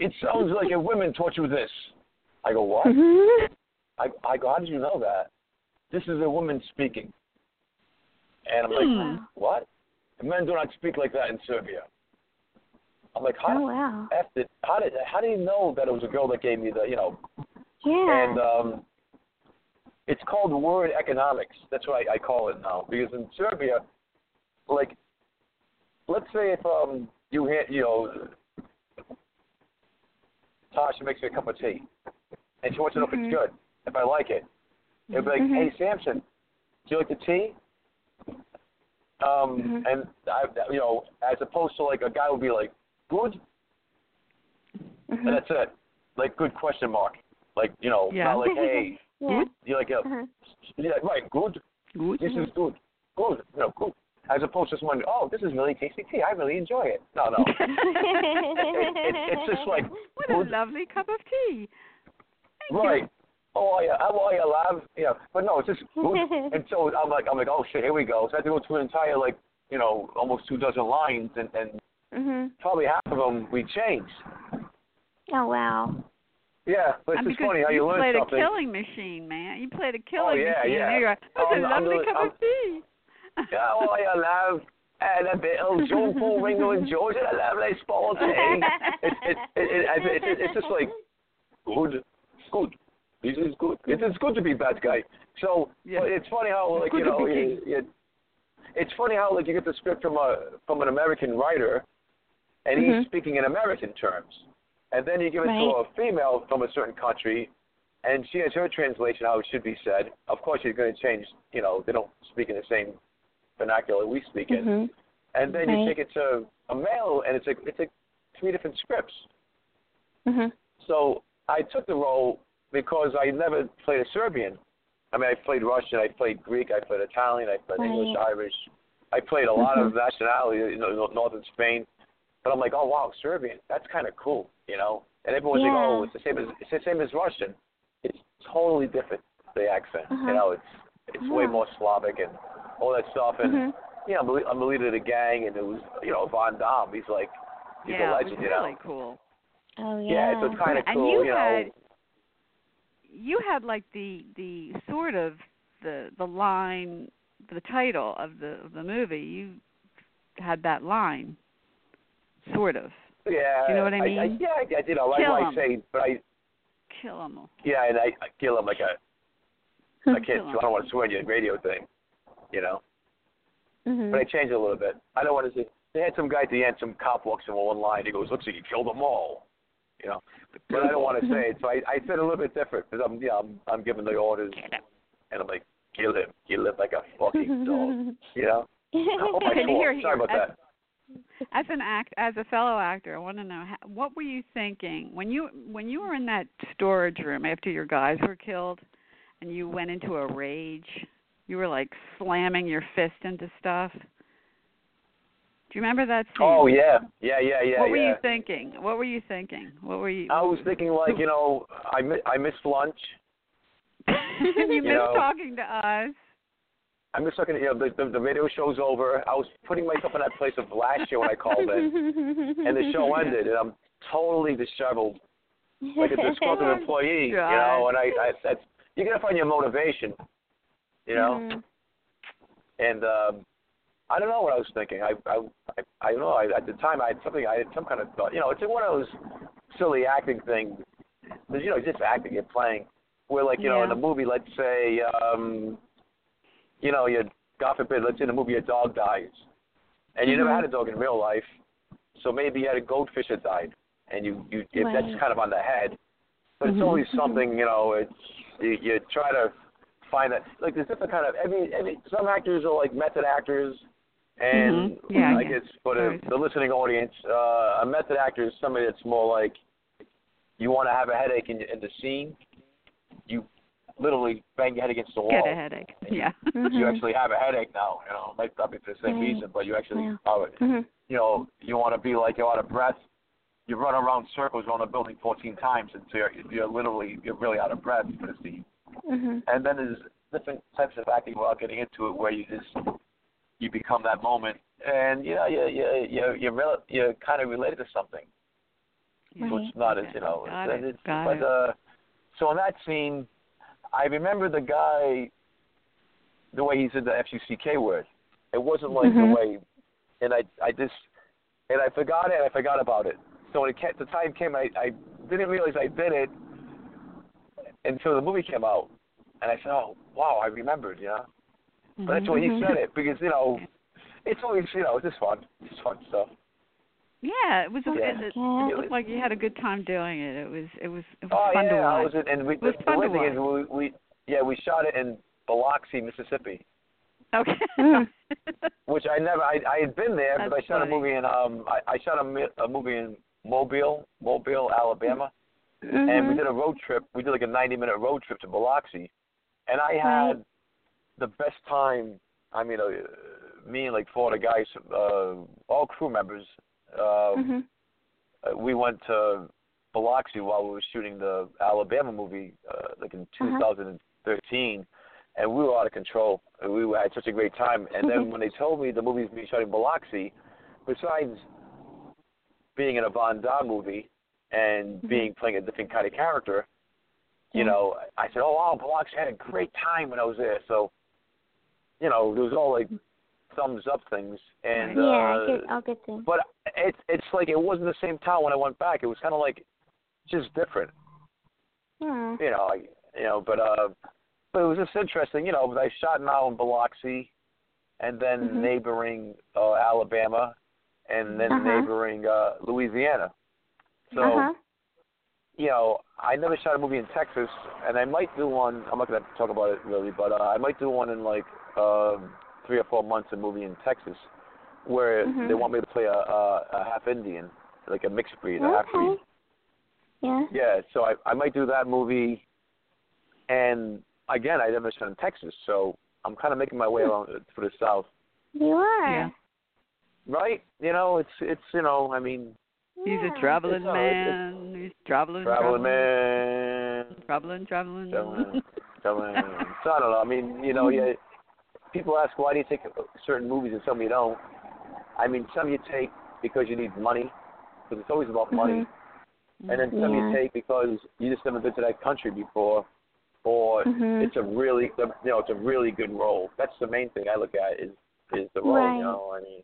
S6: It sounds like a woman taught you this. I go,
S4: Mm-hmm.
S6: what? I, I go, how did you know that? This is a woman speaking. And I'm like, what? Men do not speak like that in Serbia. I'm like, how?
S4: Oh wow.
S6: F did, how did how do you know that it was a girl that gave me the you know?
S4: Yeah.
S6: And um, it's called word economics. That's why I, I call it now because in Serbia, like, let's say if um you had you know, Tasha makes me a cup of tea, and she wants to know if it's good, if I like it. It'd be like, hey Samson, do you like the tea? Um, and I, you know, as opposed to like a guy would be like, good, and that's it. Like good question mark. Like you know,
S3: Yeah.
S6: not like hey,
S4: yeah.
S6: you're like a, yeah, right, good.
S3: Good.
S6: This is good, good, you know, good. As opposed to someone, oh, this is really tasty tea. I really enjoy it. No, no, it, it, it's just like
S3: What
S6: good,
S3: a lovely cup of tea.
S6: right. Oh yeah, how are you, love? Yeah, but no, it's just good. and so I'm like, I'm like, oh shit, here we go. So I had to go through an entire like, you know, almost two dozen lines, and and
S4: mhm.
S6: probably half of them we changed.
S4: Oh wow.
S6: Yeah, but
S3: And
S6: it's just
S3: because
S6: funny how
S3: you,
S6: you, learn
S3: played
S6: something. Oh,
S3: a killing machine, man. You played a killing
S6: yeah,
S3: machine.
S6: yeah.
S3: There you are. That's
S6: Oh,
S3: a
S6: I'm- I'm
S3: lovely
S6: doing-
S3: cup
S6: I'm-
S3: of tea.
S6: Ja, och jag oh, love and a bit of John Paul Ringo and George and I love like sport. It's it, it, it, I mean, it, it, it's just like good, good. This is good. It is good to be bad guy. So
S3: Yeah.
S6: but it's funny how like
S3: Good
S6: you
S3: to
S6: know
S3: be
S6: you, you, it's funny how like you get the script from a from an American writer, and he's speaking in American terms, and then you give it to a
S4: Right.
S6: female from a certain country, and she has her translation how it should be said. Of course, she's going to change. You know, they don't speak in the same vernacular we speak in. And then you
S4: Mm-hmm. Right.
S6: take it to a male, and it's like it's like three different scripts.
S4: Mhm.
S6: So I took the role because I never played a Serbian. I mean, I played Russian, I played Greek, I played Italian, I played English, Irish. I played a lot
S3: Mm-hmm.
S6: of nationalities, you know, northern Spain. But I'm like, oh wow, Serbian. That's kind of cool, you know. And everyone's like,
S4: Yeah.
S6: oh, it's the same as it's the same as Russian. It's totally different the accent.
S3: Uh-huh.
S6: You know, it's it's way more Slavic and all that stuff. And
S3: Mm-hmm.
S6: you know, I'm the- I'm the leader of the gang, and it was you know Von Dam. He's like, he's
S3: yeah,
S6: a legend,
S3: it was
S6: you know.
S3: really cool.
S4: Oh
S6: Yeah, so it's kind of
S3: And
S6: cool,
S3: you
S6: you know.
S3: had- You had like the the sort of the the line, the title of the of the movie. You had that line, sort of.
S6: Yeah.
S3: Do you know what I
S6: I,
S3: mean?
S6: yeah, I, I did. I,
S3: Kill
S6: I,
S3: 'em.
S6: say, but I
S3: Kill 'em all.
S6: yeah, and I, I kill him like a I can't.
S3: Kill 'em.
S6: I don't want to swear on your radio thing, you know.
S4: Mhm.
S3: Mm-hmm.
S6: But I changed it a little bit. I don't want to say. They had some guy at the end, some cop walks in with one line. He goes, "Looks like you killed them all," you know. But I don't want to say it, so I, I said a little bit different because I'm, yeah, I'm, I'm giving the orders, and I'm like, "Kill him, kill him like a fucking dog," you know. Oh my
S3: Can you
S6: God,
S3: hear here?
S6: Sorry about
S3: That's-
S6: that.
S3: as an act as a fellow actor i want to know how, what were you thinking when you when you were in that storage room after your guys were killed and you went into a rage You were like slamming your fist into stuff. Do you remember that scene?
S6: Oh yeah, yeah, yeah, yeah.
S3: What were
S6: yeah.
S3: you thinking? What were you thinking? What were you?
S6: I was thinking like you know I mi- I missed lunch.
S3: you missed
S6: know.
S3: talking to us.
S6: I missed fucking you know the, the the radio show's over. I was putting myself in that place of last year when I called in, and the show ended, and I'm totally disheveled, like a disgruntled employee. You know, and I, I that's you gotta find your motivation. You know,
S4: Mhm.
S6: and um, I don't know what I was thinking. I I I, I don't know. I, at the time, I had something. I had some kind of thought. You know, it's one of those silly acting things. 'Cause, You know, just acting. You're playing. Where like you know in
S3: Yeah.
S6: the movie, let's say, um, you know, you God forbid, let's say in the movie a dog dies, and you never had a dog in real life, so maybe you had a goldfish that died, and you you it, that's
S4: Right.
S6: kind of on the head, but it's always something you know. It's you, you try to find that like there's different kind of every every some actors are like method actors and
S3: Mhm. Yeah,
S6: I
S3: yeah.
S6: guess for the,
S3: Right.
S6: the listening audience, uh, a method actor is somebody that's more like you want to have a headache in, in the scene, you literally bang your head against the wall.
S3: Get Mm-hmm. a headache. Yeah.
S6: You actually have a headache now, you know. It might not be for the same
S4: Right.
S6: reason, but you actually
S4: Yeah.
S6: are
S4: Mhm.
S6: you know, you want to be like you're out of breath. You run around circles around the building 14 times until you're, you're literally, you're really out of breath for the scene.
S4: Mhm.
S6: And then there's different types of acting without getting into it, where you just you become that moment, and you know, you you you you're, rel- you're kind of related to something,
S3: Yeah.
S6: so it's not as you know.
S3: Got
S6: it's,
S3: it.
S6: it's-
S3: Got
S6: but
S3: it.
S6: uh, so in that scene, I remember the guy, the way he said the FUCK word. It wasn't like
S3: Mm-hmm.
S6: the way, and I I just and I forgot it. I forgot about it. So when it ca the time came, I I didn't realize I did it until the movie came out, and I said, oh wow, I remembered, you know. But that's why he
S3: Mm-hmm.
S6: said it because you know, it's always you know, it's just fun, it's fun stuff.
S3: Yeah, it was. A,
S6: Yeah.
S3: It, it,
S4: Yeah.
S3: it looked like you had a good time doing it. It was. It was. It was
S6: Oh
S3: fun
S6: yeah,
S3: to
S6: I
S3: watch.
S6: was in, and we,
S3: was
S6: the
S3: fun
S6: weird
S3: to
S6: thing is we, we yeah we shot it in Biloxi, Mississippi,
S3: Okay.
S4: Mm.
S6: which I never I I had been there, but I
S3: That's
S6: shot
S3: funny.
S6: a movie in um I, I shot a, mi- a movie in Mobile, Mobile, Alabama,
S3: Mm-hmm.
S6: and we
S4: Mhm.
S6: did a road trip. We did like a 90 minute road trip to Biloxi, and I had the best time. I mean, uh, me and like four other guys, uh, all crew members. Um,
S4: Mhm.
S6: uh, we went to Biloxi while we were shooting the Alabama movie, uh, like in 2013, and we were out of control. And We had such a great time. And then when they told me the movie's being shot in Biloxi, besides being in a Von Dahl movie and being playing a different kind of character, you know, I said, "Oh wow, Biloxi had a great time when I was there." So, you know, it was all like thumbs up things. And
S4: Mm-hmm. Yeah,
S6: uh,
S4: good, all good things.
S6: but it's it's like it wasn't the same town when I went back. It was kind of like just different,
S4: Aw.
S6: you know. Like, you know, but uh, but it was just interesting, you know. But I shot now in Biloxi, and then
S4: Mm-hmm.
S6: neighboring uh, Alabama, and then
S4: Uh-huh.
S6: neighboring uh, Louisiana. So
S4: uh-huh.
S6: you know, I never shot a movie in Texas, and I might do one. I'm not going to talk about it really, but uh, I might do one in like um three or four months. A movie in Texas, where they want me to play a, a, a half Indian, like a mixed breed, a half breed.
S4: Okay. Yeah.
S6: Yeah, so I I might do that movie, and again, I never shot in Texas, so I'm kind of making my way around for the South,
S4: You
S3: Yeah.
S4: are.
S6: right? You know, it's it's you know, I mean,
S3: He's
S4: Yeah.
S3: a traveling
S6: It's all right. It's-
S3: man. He's traveling,
S6: traveling man.
S3: Mm, traveling, traveling.
S6: Don't- don't- so I don't know. I mean, you know, yeah, people ask why do you take certain movies and some you don't. I mean, some you take because you need money, because it's always about money. And then some you
S4: Mm-hmm. Yeah.
S6: take because you just never been to that country before, or
S4: Mhm.
S6: it's a really, you know, it's a really good role. That's the main thing I look at is is the role.
S4: Right.
S6: You know, I mean,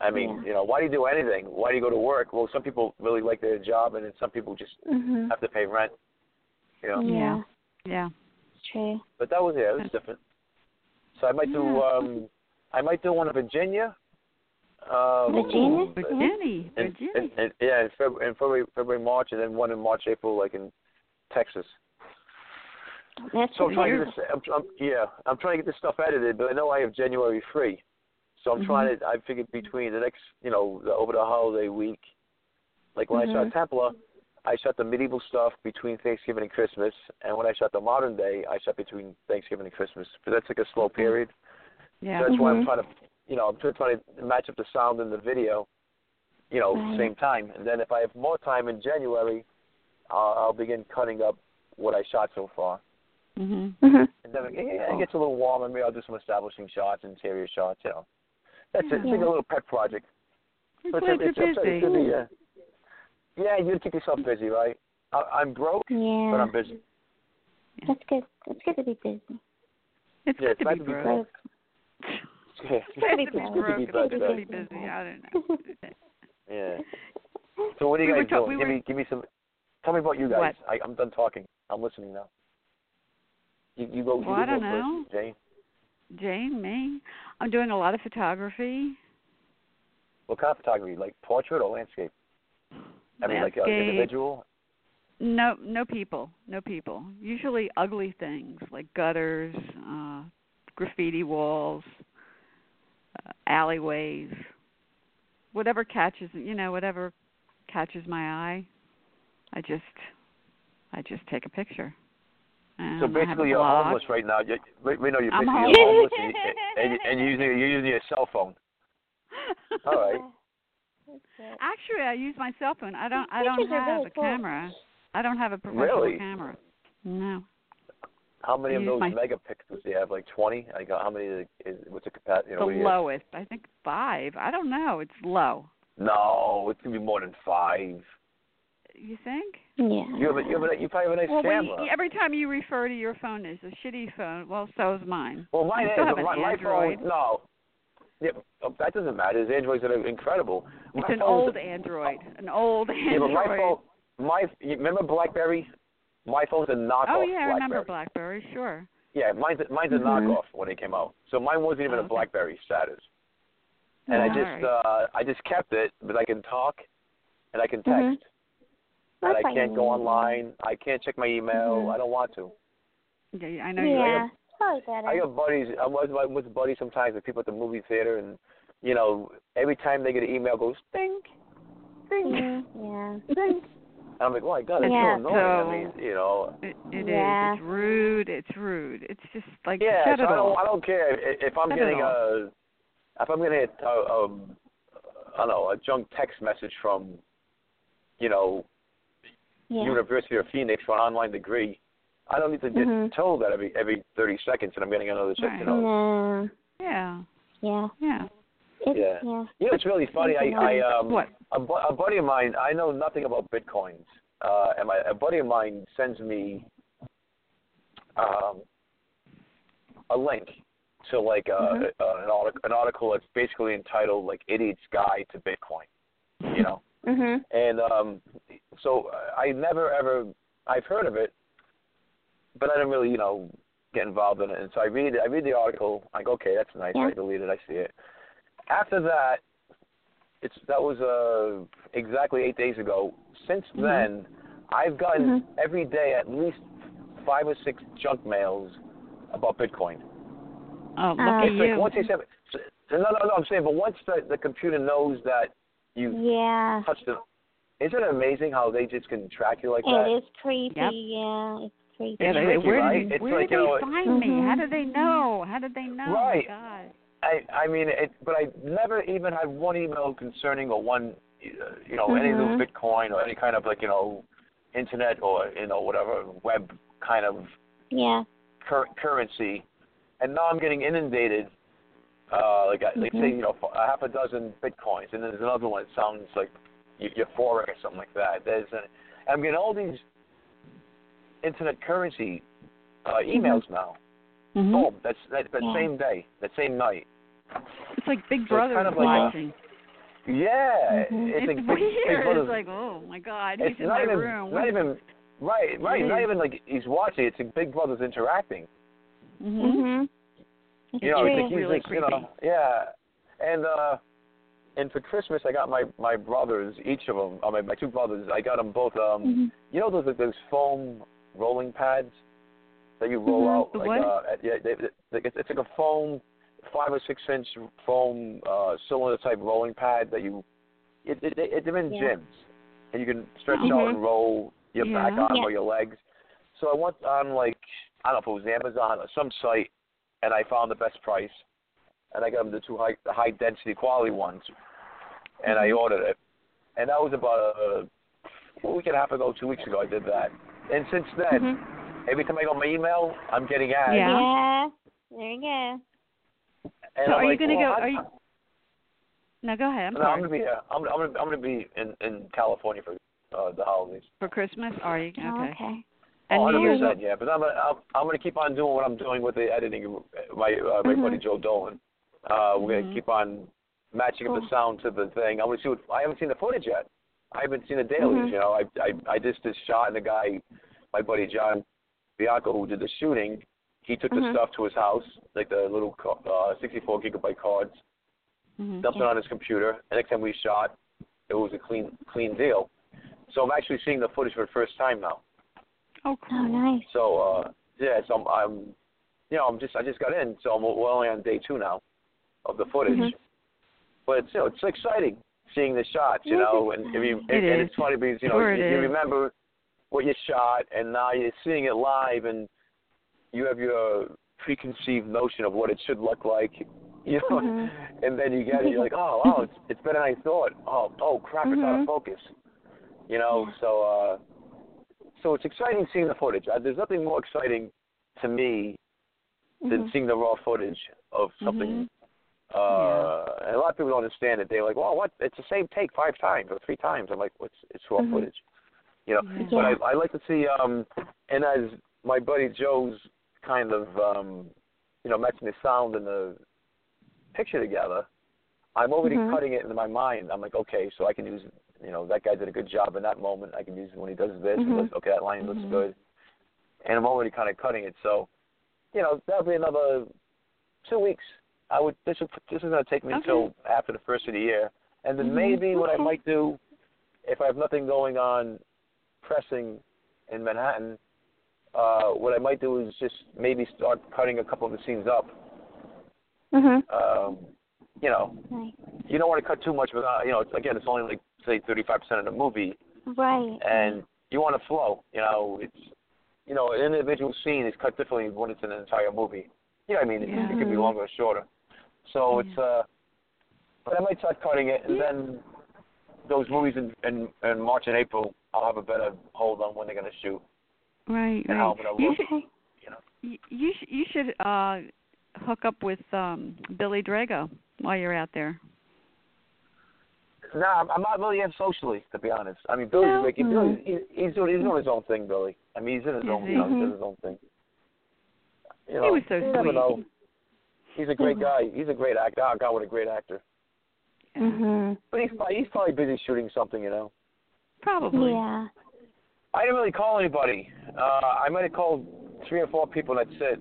S6: I mean,
S4: Yeah.
S6: you know, why do you do anything? Why do you go to work? Well, some people really like their job, and then some people just
S4: Mhm.
S6: have to pay rent. You know.
S4: Yeah.
S3: Yeah. yeah.
S4: It's true.
S6: But that was yeah, it was different. So I might do um I might do one in Virginia. Um,
S4: Virginia?
S6: in-
S3: Oh, Virginia,
S6: in-
S3: Virginia.
S6: in- in- yeah, in February, in February, February, March, and then one in March, April, like in Texas.
S4: That's
S6: So I'm trying to
S4: true.
S6: get this. I'm, I'm, yeah, I'm trying to get this stuff edited, but I know I have January free, so I'm trying to. I figured between the next, you know, the, over the holiday week, like when I shot Templar, I shot the medieval stuff between Thanksgiving and Christmas, and when I shot the modern day, I shot between Thanksgiving and Christmas. But that's like a slow period.
S3: Yeah.
S6: So that's why I'm trying to, you know, I'm trying to match up the sound and the video, you know,
S4: Right.
S6: same time. And then if I have more time in January, I'll, I'll begin cutting up what I shot so far.
S3: hmm
S4: hmm
S6: And then it, it
S3: Oh.
S6: gets a little warmer. Maybe I'll do some establishing shots, interior shots. You know, that's it. It's like a little pet project.
S3: I'm
S6: But
S3: glad
S6: it's-
S3: you're
S6: it's-
S3: busy.
S6: it's- it's- yeah. yeah, you keep yourself busy, right? I, I'm broke,
S4: Yeah.
S6: but I'm busy.
S4: That's good. It's good to be busy.
S3: It's
S6: yeah,
S3: good
S6: it's
S3: to
S6: nice
S3: be
S6: to be
S3: broke.
S6: broke. Yeah.
S3: It's good to be
S4: It's
S3: broke.
S6: good to be
S3: It's good to
S6: broke.
S3: be busy. I don't know.
S6: yeah. So what are you
S3: We were
S6: guys
S3: talk-
S6: doing?
S3: we
S6: give
S3: were-
S6: me, give me some. Tell me about you guys. I, I'm done talking. I'm listening now. You, you go.
S3: Well,
S6: you
S3: I
S6: go
S3: don't know.
S6: first, Jane.
S3: Jane, me. I'm doing a lot of photography,
S6: What kind of photography? Like portrait or landscape? I mean, like
S3: landscape.
S6: uh, individual.
S3: No, no people, no people. Usually ugly things like gutters, uh, graffiti walls, uh, alleyways, whatever catches you know, whatever catches my eye. I just, I just take a picture. And
S6: So
S3: I have a
S6: basically, you're
S3: blog.
S6: homeless right now. You, we, we know you're
S3: I'm
S6: basically
S3: homeless.
S6: you're homeless, and, you- and, you- and you're using you're using your cell phone. All right.
S3: Actually, I use my cell phone. I don't. I
S4: Pictures
S3: don't
S4: are
S3: have
S4: really
S3: a
S4: cool.
S3: camera. I don't have a professional
S6: Really?
S3: camera. No.
S6: How many
S3: I
S6: of
S3: use
S6: those
S3: my-
S6: megapixels do you have? Like 20? Like how many? Is, is- what's the capacity? You know,
S3: the
S6: what do you-
S3: lowest. I think five. I don't know. It's low.
S6: No, it's gonna be more than five.
S3: You think?
S4: Yeah.
S6: You have a, you have a, you probably have a nice
S3: well, when
S6: camera.
S3: you, every time you refer to your phone as a shitty phone, well, so is mine.
S6: Well, mine
S3: I
S6: is.
S3: still have
S6: but
S3: an
S6: my, my
S3: Android.
S6: phone, no. Yeah, oh, that doesn't matter. His Androids are incredible. My
S3: It's an
S6: phone's-
S3: old Android. An old
S6: Yeah, but
S3: Android.
S6: my phone, my you remember BlackBerry? My phone's a knockoff.
S3: oh yeah, I
S6: BlackBerry.
S3: remember BlackBerry. Sure.
S6: Yeah, mine's a- mine's a
S3: Mhm.
S6: knockoff when it came out. So mine wasn't
S3: Oh,
S6: even a
S3: okay.
S6: BlackBerry status. And
S3: All
S6: I just
S3: right.
S6: uh I just kept it, but I can talk, and I can text,
S4: Mhm.
S6: and
S4: That's
S6: I can't go
S4: fine.
S6: online. I can't check my email.
S3: Mhm.
S6: I don't want to.
S3: Yeah, yeah, I know you.
S4: Yeah. Probably
S6: I
S4: better.
S6: got buddies. I'm with, I'm with buddies sometimes with people at the movie theater, and you know, every time they get an email, it goes ding, ding,
S4: Mhm, Yeah.
S6: ding. And I'm like, oh my god, that's
S4: Yeah,
S6: so annoying.
S3: so-
S6: I mean, you know,
S3: It, it is.
S4: Yeah.
S3: It's rude. It's rude. It's just like
S6: yeah.
S3: shut
S6: So
S3: it
S6: I
S3: all.
S6: don't, I don't care if, if I'm
S3: Shut it
S6: getting
S3: off.
S6: a, if I'm getting a, a, um, I don't know, a junk text message from, you know,
S4: Yeah.
S6: University of Phoenix for an online degree. I don't need to get
S4: Mhm.
S6: told that every every 30 seconds, and I'm getting another check.
S3: Mm-hmm. Right.
S6: You know,
S4: No.
S3: Yeah.
S4: Yeah.
S3: Yeah.
S4: It,
S6: Yeah.
S4: yeah.
S6: you know, it's really funny. I, I um,
S3: what?
S6: a, bu- a buddy of mine, I know nothing about bitcoins, uh, and my a buddy of mine sends me um, a link to like a,
S3: Mhm.
S6: a, an, article, an article that's basically entitled like "Idiot's Guide to Bitcoin," you know.
S4: Mhm.
S6: And um, so I never ever I've heard of it, but I didn't really you know get involved in it. And so I read I read the article. I go, okay, that's nice.
S4: Yeah.
S6: I delete it. I see it. After that, it's that was uh, exactly eight days ago. Since
S4: Mm-hmm.
S3: Mhm.
S6: then, I've gotten
S4: Mhm.
S6: every day at least five or six junk mails about Bitcoin. um,
S3: Oh, look
S4: Uh,
S3: at
S6: It's like
S3: you.
S6: once they said, so- no, no, no. I'm saying, but once the, the computer knows that you
S4: Yeah.
S6: touched it. Isn't it amazing how they just can track you like that?
S4: It is creepy.
S3: Yep.
S4: Yeah. It's creepy.
S3: Yeah,
S6: It's
S3: they,
S6: tricky,
S3: where
S6: right?
S3: did they,
S6: It's
S3: where
S6: like,
S3: did
S6: you
S3: they
S6: know,
S3: find me? How
S4: Mhm.
S3: did they know? How did they know?
S6: Right.
S3: God.
S6: I I mean, it, but I never even had one email concerning or one, uh, you know, any of
S4: Mhm.
S6: the Bitcoin or any kind of like you know, internet or you know whatever web kind of
S4: Yeah.
S6: cur- currency, and now I'm getting inundated. Uh, like I, like
S3: Mm-hmm.
S6: say
S4: Mhm.
S6: you know a half a dozen bitcoins, and there's another one that sounds like eu- euphoric or something like that. There's an, I'm getting all these internet currency uh,
S3: Mm-hmm.
S6: emails now.
S3: Mhm.
S6: Boom, that's that, that
S4: Yeah.
S6: same day, that same night.
S3: It's like Big
S6: So it's
S3: Brother
S6: kind of
S3: is
S6: like a-
S3: watching.
S6: Yeah,
S4: Mhm.
S6: it's,
S3: Mm-hmm. it's
S6: like big, big
S3: weird.
S6: brother's-
S3: it's like, oh my God,
S6: it's
S3: he's in
S6: not
S3: my
S6: even
S3: room.
S6: not even right right
S3: It
S6: not
S3: is.
S6: even like he's watching. It's like Big Brother's interacting.
S3: hmm
S6: mm-hmm.
S4: Mhm. It's
S6: you know,
S4: true.
S6: it's like he's
S3: Really
S6: like, you know, yeah. And uh and for Christmas, I got my my brothers, each of them, I mean, my two brothers, I got them both. Um,
S4: Mhm.
S6: you know those like those foam rolling pads that you roll
S4: Mhm.
S6: out,
S3: Mm-hmm. The
S6: like
S3: what?
S6: uh, yeah, they, they, it's, it's like a foam, five or six inch foam uh cylinder type rolling pad that you. It, it, it, they're in
S4: Yeah.
S6: gyms. and you can stretch out and roll your back
S3: Mm-hmm. Yeah.
S6: arm
S4: Yeah.
S6: or your legs. So I went on like I don't know if it was Amazon or some site, and I found the best price, and I got them the two high the high density quality ones, and I
S3: Mm-hmm.
S6: ordered it, and that was about a, a week and a half ago, two weeks ago I did that, and since then. Every time I go on my email, I'm getting ads.
S3: Mm-hmm. Yeah.
S4: Yeah. There you go.
S6: And
S3: so
S6: I'm
S3: are you
S6: like,
S3: gonna
S6: well,
S3: go?
S6: I-
S3: Are you? No, go ahead. I'm
S6: no, I'm
S3: sorry.
S6: gonna be. Uh, I'm, I'm gonna. I'm gonna be in in California for uh, the holidays.
S3: For Christmas, are you?
S4: Oh,
S3: Okay.
S4: okay.
S3: And
S6: Oh, 100
S3: New Year's.
S6: percent, yeah. But I'm gonna. I'm, I'm gonna keep on doing what I'm doing with the editing. of My uh, my buddy Joe Dolan. Uh, we're gonna
S3: Mhm.
S6: keep on matching up the sound to the thing. I'm gonna see what. I haven't seen the footage yet. I haven't seen the dailies. You know, I I I just did shot and the guy, my buddy John Bianco, who did the shooting. He took the stuff to his house, like the little co- uh, 64 gigabyte cards.
S3: Mhm.
S6: dumped it on his computer. The next time we shot, it was a clean clean deal. So I'm actually seeing the footage for the first time now.
S3: Oh,
S4: Oh,
S3: cool.
S4: nice.
S6: So uh yeah, so I'm, I'm you know I'm just I just got in, so I'm we're only on day two now of the footage.
S3: Mm-hmm.
S6: But it's you know, it's exciting seeing the shots, you know, and I mean,
S3: It
S6: and, and
S3: is.
S6: it's funny because you know
S3: Sure
S6: you,
S3: it
S6: you
S3: is.
S6: remember what you shot, and now you're seeing it live, and you have your preconceived notion of what it should look like, you know,
S3: Mm-hmm.
S6: and then you get it, you're like, oh, wow, it's it's better than I thought. Oh, oh, crap, it's
S3: Mm-hmm.
S6: out of focus, you know. So, uh, so it's exciting seeing the footage. Uh, there's nothing more exciting to me
S4: Mm-hmm.
S6: than seeing the raw footage of something. Uh, and a lot of people don't understand it. They're like, well, what? It's the same take five times or three times. I'm like, what's it's raw footage, you know?
S3: Yeah.
S6: But I, I like to see, um, and as my buddy Joe's kind of, um, you know, matching the sound and the picture together, I'm already cutting it into my mind. I'm like, okay, so I can use, you know, that guy did a good job in that moment. I can use it when he does this. And does, okay, that line looks good. And I'm already kind of cutting it. So, you know, that'll be another two weeks. I would. This will, this is going to take me
S3: Okay.
S6: until after the first of the year, and then maybe what I might do, if I have nothing going on, pressing in Manhattan, uh, what I might do is just maybe start cutting a couple of the scenes up.
S4: Mhm.
S6: Um, you know, you don't want to cut too much without. You know, it's, again, it's only like say thirty-five percent of the movie,
S4: Right.
S6: and you want to flow. You know, it's you know an individual scene is cut differently when it's an entire movie. You know what I mean? It,
S3: Yeah. Mm-hmm.
S6: it could be longer or shorter. So it's uh, but I might start cutting it, and then those movies in, in in March and April, I'll have a better hold on when they're gonna shoot.
S3: Right,
S6: And
S3: right.
S6: I'll- I'll-
S3: You should,
S6: you know.
S3: y- you sh- you should uh, hook up with um, Billy Drago while you're out there.
S6: Nah, I'm, I'm not really in socially, to be honest. I mean, Billy's making Billy, he, he's doing he's doing his own thing, Billy. I mean, he's in his
S3: Mm-hmm. Is he?
S6: own,
S3: Mm-hmm.
S6: you know, he's doing his own thing. You know,
S3: was so
S6: you never
S3: sweet. Mm-hmm.
S6: know. He's a great guy. He's a great actor. Oh, God, what a great actor.
S3: Mm-hmm.
S4: Mhm.
S6: But he's probably, he's probably busy shooting something, you know.
S3: Probably.
S4: Yeah.
S6: I didn't really call anybody. Uh, I might have called three or four people, and that's it.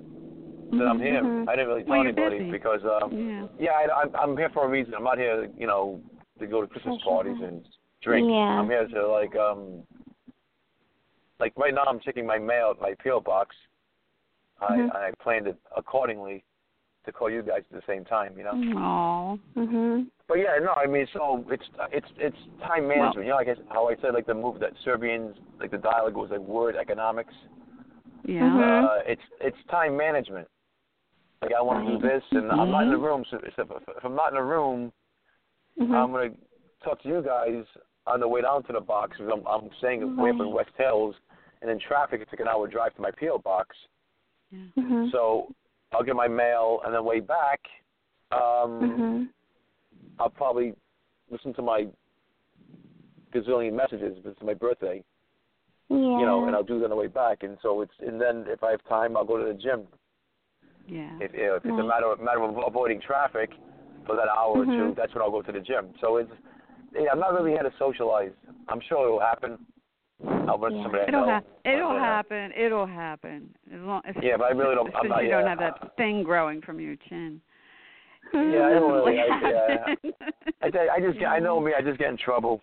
S6: That I'm here. I didn't really
S3: Mm-hmm.
S6: tell
S3: Well, you're
S6: anybody
S3: busy.
S6: because, um,
S3: Yeah.
S6: yeah, I, I'm, I'm here for a reason. I'm not here, you know, to go to Christmas parties and drink.
S4: Yeah.
S6: I'm here to like, um, like right now I'm checking my mail at my PO box. I I planned it accordingly to call you guys at the same time, you know.
S2: Mm-hmm.
S3: Aw.
S4: Mhm.
S6: But yeah, no, I mean, so it's it's it's time management. you know, like I, s- how I said, like the move that Serbians, like the dialogue was like word economics.
S3: Yeah.
S6: Uh, it's it's time management. Like I want to do this, and I'm not in the room. So, so if, if I'm not in the room, I'm gonna talk to you guys on the way down to the box. Cause I'm I'm staying way up in West Hills, and in traffic, it's like an hour drive to my PO box.
S3: Yeah.
S4: Mm-hmm.
S6: So I'll get my mail, and then way back, um,
S4: Mm-hmm.
S6: I'll probably listen to my gazillion messages. But it's my birthday,
S4: Yeah.
S6: you know, and I'll do that on the way back. And so it's, and then if I have time, I'll go to the gym.
S3: Yeah.
S6: If, if it's a matter of, matter of avoiding traffic for that hour
S3: Mm-hmm.
S6: or two, that's when I'll go to the gym. So it's, yeah, I'm not really here to socialize. I'm sure it'll happen. I'll run into somebody I
S3: It'll
S6: know.
S3: happen. It'll
S6: Yeah.
S3: happen. It'll happen. As long as,
S6: uh, Yeah, but I really don't- I'm
S3: Since
S6: not-
S3: you don't
S6: yeah,
S3: have that thing growing from your chin.
S4: Mm-hmm.
S6: Yeah, I don't really. I, yeah,
S3: Definitely happen.
S6: I, tell you, I just get, I know me. I just get in trouble.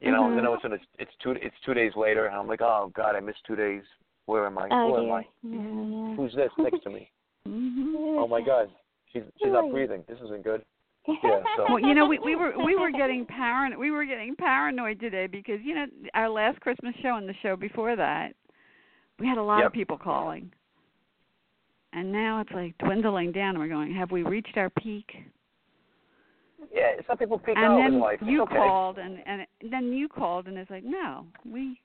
S6: You know, and then all of a
S3: Mm-hmm.
S6: sudden it's, it's two it's two days later, and I'm like, oh god, I missed two days. Where am I?
S4: Oh
S6: Where
S4: dear.
S6: am I?
S4: Yeah.
S6: Who's oh this next to me?
S3: Mhm.
S6: Oh my god, she's she's not breathing. This isn't good. Yeah, so-
S3: well, you know, we, we were we were getting paranoid. We were getting paranoid today because you know our last Christmas show and the show before that, we had a lot
S6: Yep.
S3: of people calling, and now it's like dwindling down. And we're going, have we reached our peak?
S6: Yeah, some people peak
S3: and
S6: out
S3: then
S6: in life. It's
S3: you
S6: okay.
S3: called, and and then you called, and it's like, no, we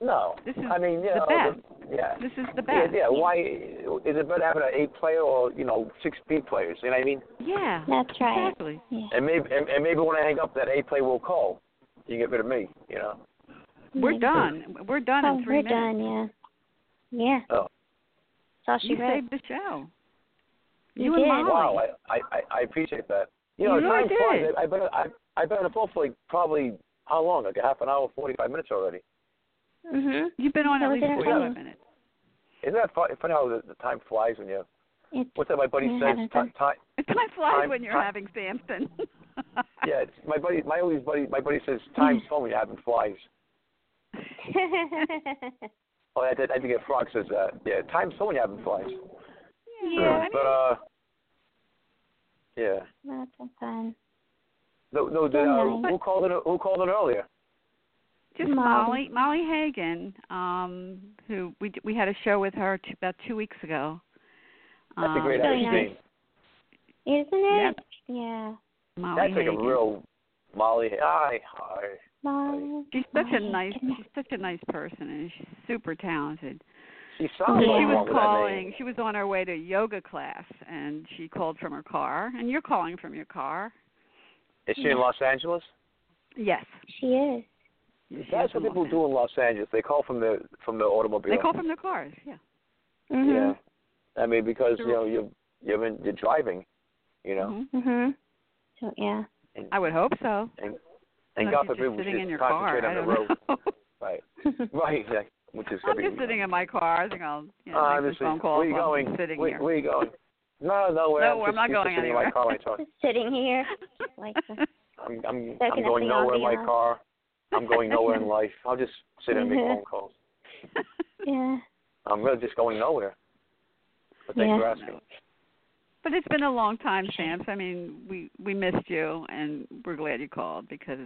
S6: No,
S3: this is
S6: I mean, you
S3: the
S6: know,
S3: best.
S6: The, yeah.
S3: this is the
S6: Yeah,
S3: best.
S6: yeah. Why is it better having an eight player or you know six B players? You know what I mean?
S3: Yeah,
S4: That's right.
S3: exactly.
S4: Yeah.
S6: And maybe and, and maybe when I hang up, that eight player will call. You get rid of me. You know.
S3: We're done. We're done
S4: Mm-hmm. Oh,
S3: in 3
S4: we're
S3: minutes.
S4: done. Yeah. Yeah.
S6: Oh.
S4: That's all she
S3: You
S4: wrote.
S3: saved the show.
S4: You
S3: and
S4: did.
S3: Molly.
S6: Wow, I, I, I- I appreciate that. You know,
S3: You really
S6: time flies.
S3: did.
S6: I, I've been I, I've been on the phone for like probably how long? Like a half an hour, forty five minutes already.
S4: Mhm.
S3: You've been on
S4: So
S3: at
S4: we
S3: least
S4: didn't
S3: 45
S4: know.
S3: minutes.
S6: Isn't that funny, funny how the, the time flies when you?
S4: It's
S6: What's that? My buddy
S4: Yeah,
S6: says
S4: it
S6: time.
S4: does.
S6: time
S3: Time flies
S6: Time-
S3: when you're
S6: time-
S3: having Samson.
S6: yeah, it's my buddy. My always buddy. My buddy says time's fun when you're having flies. Oh, I, think- I think a frog says that. Yeah, time's fun when you're having flies.
S3: Yeah.
S6: But uh, yeah.
S4: that's so fun.
S6: No, no. Did, uh, who called it? Who called it earlier?
S3: Just Molly,
S4: Molly.
S3: Molly Hagan, um, who we d- we had a show with her t- about two weeks ago.
S6: That's
S3: um,
S6: a great
S4: really
S6: Irish
S4: nice.
S6: name.
S4: Isn't it? Yeah.
S3: Molly
S6: That's like
S3: Hagan.
S6: a real Molly. Hi, hi.
S4: Molly.
S3: She's such a
S4: Molly.
S3: nice, she's such a nice person, and she's super talented.
S6: She sounds
S4: Yeah.
S6: like
S3: She
S6: one
S3: was
S6: with that name.
S3: calling. She was on her way to yoga class, and she called from her car. And you're calling from your car.
S6: Is she in Los Angeles?
S3: Yes.
S4: She is.
S3: She is
S6: That's
S3: from
S6: what people
S3: Los
S6: do in Los Angeles. They call from the from the automobile.
S3: Angeles. They call from their cars. Yeah.
S6: Yeah.
S4: Mhm.
S6: I mean, because you
S3: Sure.
S6: know you're you're, in, you're driving, you know,
S3: Mhm.
S4: Mhm. So yeah.
S3: I would hope so.
S6: and
S3: Unless Mm-hmm. you're
S6: God forbid
S3: just
S6: we
S3: sitting
S6: should
S3: in your
S6: concentrate
S3: car. I
S6: on the
S3: don't
S6: road.
S3: know.
S6: Right. Right. Yeah. Which is
S3: I'm
S6: every-
S3: just sitting in my car. I think I'll you know,
S6: Uh,
S3: make
S6: this
S3: some phone
S6: is-
S3: calls
S6: Where you
S3: while I'm
S6: going?
S3: sitting
S6: where,
S3: here.
S6: where you going? No, nowhere.
S3: No, I'm
S6: I'm, just
S3: not
S6: keep
S3: going
S6: sitting in my
S3: anywhere.
S6: car. I talk-
S4: Sitting here. Like the-
S6: I'm I'm I'm
S4: Soaking up
S6: going
S4: the
S6: nowhere in my
S4: ambiance.
S6: car. I'm going nowhere in life. I'll just sit and make
S4: Mhm.
S6: phone calls.
S4: yeah.
S6: I'm really just going nowhere. But thanks
S4: Yeah.
S6: for asking.
S3: But it's been a long time, Sam. So, I mean, we we missed you, and we're glad you called because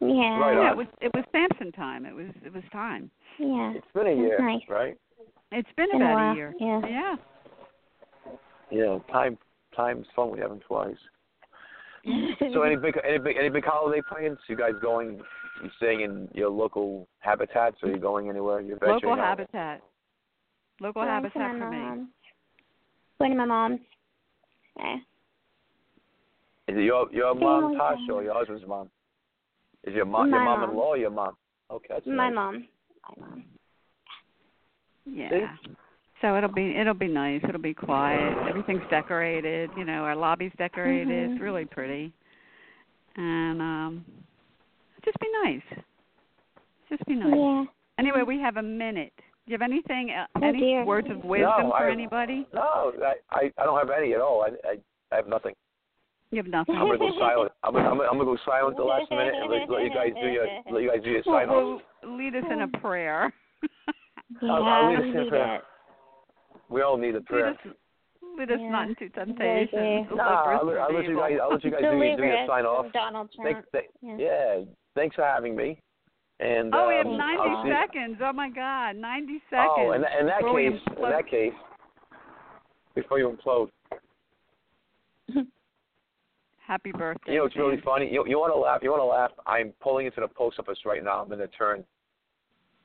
S4: Yeah.
S6: Right
S3: yeah,
S6: on.
S3: it was it was Samson time. It was it was time.
S4: Yeah.
S6: It's been a year,
S4: nice.
S6: right?
S3: It's been
S4: Been a
S3: about
S4: while,
S3: year.
S4: yeah.
S3: Yeah.
S6: Yeah. Time time's fun. We haven't twice. So any big any big any big holiday plans? You guys going? You staying in your local habitats, or you going anywhere? You're venturing
S3: Local
S6: out?
S3: habitat. Local
S4: Going to
S3: habitat
S4: my
S3: for me.
S4: mom's. Going to my eh, mom's. Yeah.
S6: Is it your your
S4: Staying
S6: mom
S4: away
S6: Tasha
S4: from
S6: or
S4: them.
S6: your husband's mom? Is your mom your
S4: My
S6: mom
S4: mom.
S6: in law or your mom? Okay, that's
S4: My
S6: nice.
S4: mom. My mom.
S3: Yeah. So it'll be it'll be nice. It'll be quiet. Everything's decorated. You know, our lobby's decorated. It's
S4: Mhm.
S3: really pretty. And um, just be nice. Just be nice.
S4: Yeah.
S3: Anyway, we have a minute. Do you have anything? Uh,
S4: Oh,
S3: any
S4: dear.
S3: words of wisdom
S6: No,
S3: for
S6: I-
S3: anybody?
S6: No, I, I I don't have any at all. I I, I have nothing.
S3: You have nothing.
S6: I'm gonna go silent. I'm gonna, I'm gonna, I'm gonna go silent at the last minute and let, let you guys do your let you guys do your sign
S3: Well,
S6: off.
S3: well, lead us in
S4: Oh.
S3: a prayer.
S4: Yeah.
S6: I'll- I'll leave
S4: we
S6: it to
S4: need
S6: her.
S4: it.
S6: We all need a
S3: lead us,
S6: prayer.
S3: lead us
S4: Yeah.
S3: not into
S4: Very
S3: temptation.
S6: No, I'll, let- I'll let you guys I'll let you guys do your, do
S4: Deliver
S6: your
S4: us
S6: sign
S4: from
S6: off.
S4: Donald
S6: Thanks,
S4: Trump.
S6: th-
S4: Yeah.
S6: yeah, thanks for having me. And
S3: Oh, we have
S6: um,
S3: 90
S6: I'll see-
S3: seconds. Oh my God, 90 seconds.
S6: Oh, in, in that
S3: before we
S6: case, in
S3: implode.
S6: that case, before you implode.
S3: Happy birthday.
S6: You know, it's really
S3: Sam.
S6: funny. You, you want to laugh? You want to laugh? I'm pulling into the post office right now. I'm in a turn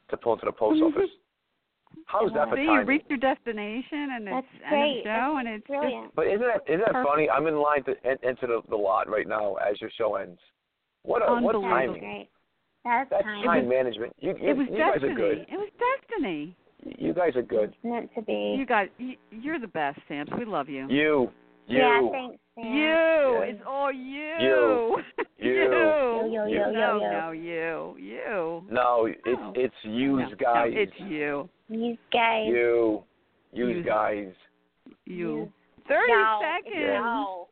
S6: to pull into the post office. How's that
S3: Mm-hmm.
S6: for
S3: See, you
S6: timing?
S3: reach your destination, and
S4: That's
S3: it's and
S4: great.
S3: the show, and it's
S4: That's brilliant.
S6: but isn't that isn't that
S3: Perfect.
S6: funny? I'm in line to en- enter the, the lot right now as your show ends. What a what
S3: Unbelievable.
S4: That's
S6: timing!
S4: great. That's
S6: That's
S4: time.
S6: time management. You you,
S3: It was
S6: you guys
S3: destiny.
S6: are good.
S3: It was destiny.
S6: You guys are good.
S4: It's meant to be.
S3: You guys, you, you're the best, Sam. We love you.
S6: You you
S4: yeah, thanks, Sam.
S3: You. It's all you.
S6: You. You.
S4: Yo, yo,
S6: You.
S4: yo,
S3: No,
S4: yo, yo.
S3: no, you. You.
S6: no, it's
S3: No.
S6: it's you
S3: no,
S6: guys.
S3: No, it's you.
S4: You guys.
S6: you you
S3: Yous.
S6: guys.
S3: You. 30
S4: Y'all.
S3: seconds.
S4: Y'all.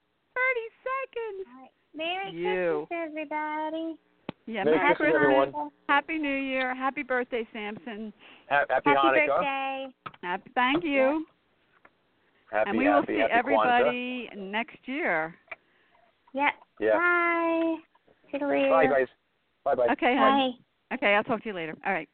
S3: 30 seconds.
S4: Merry
S3: You.
S4: Christmas, everybody.
S3: Yeah,
S6: Merry
S3: Merry
S6: Christmas, everyone.
S3: Happy New Year. Happy birthday, Samson.
S6: Ha- happy,
S4: Happy
S6: Hanukkah.
S4: birthday.
S3: Happy, thank you.
S6: Happy
S3: and we
S6: happy
S3: will see
S6: happy Kwanzaa.
S3: everybody next year.
S4: Yeah.
S6: Yeah.
S4: Bye. See you later.
S6: Bye guys. Bye bye.
S3: Okay, hon.
S4: Bye.
S3: Okay, I'll talk to you later. All right.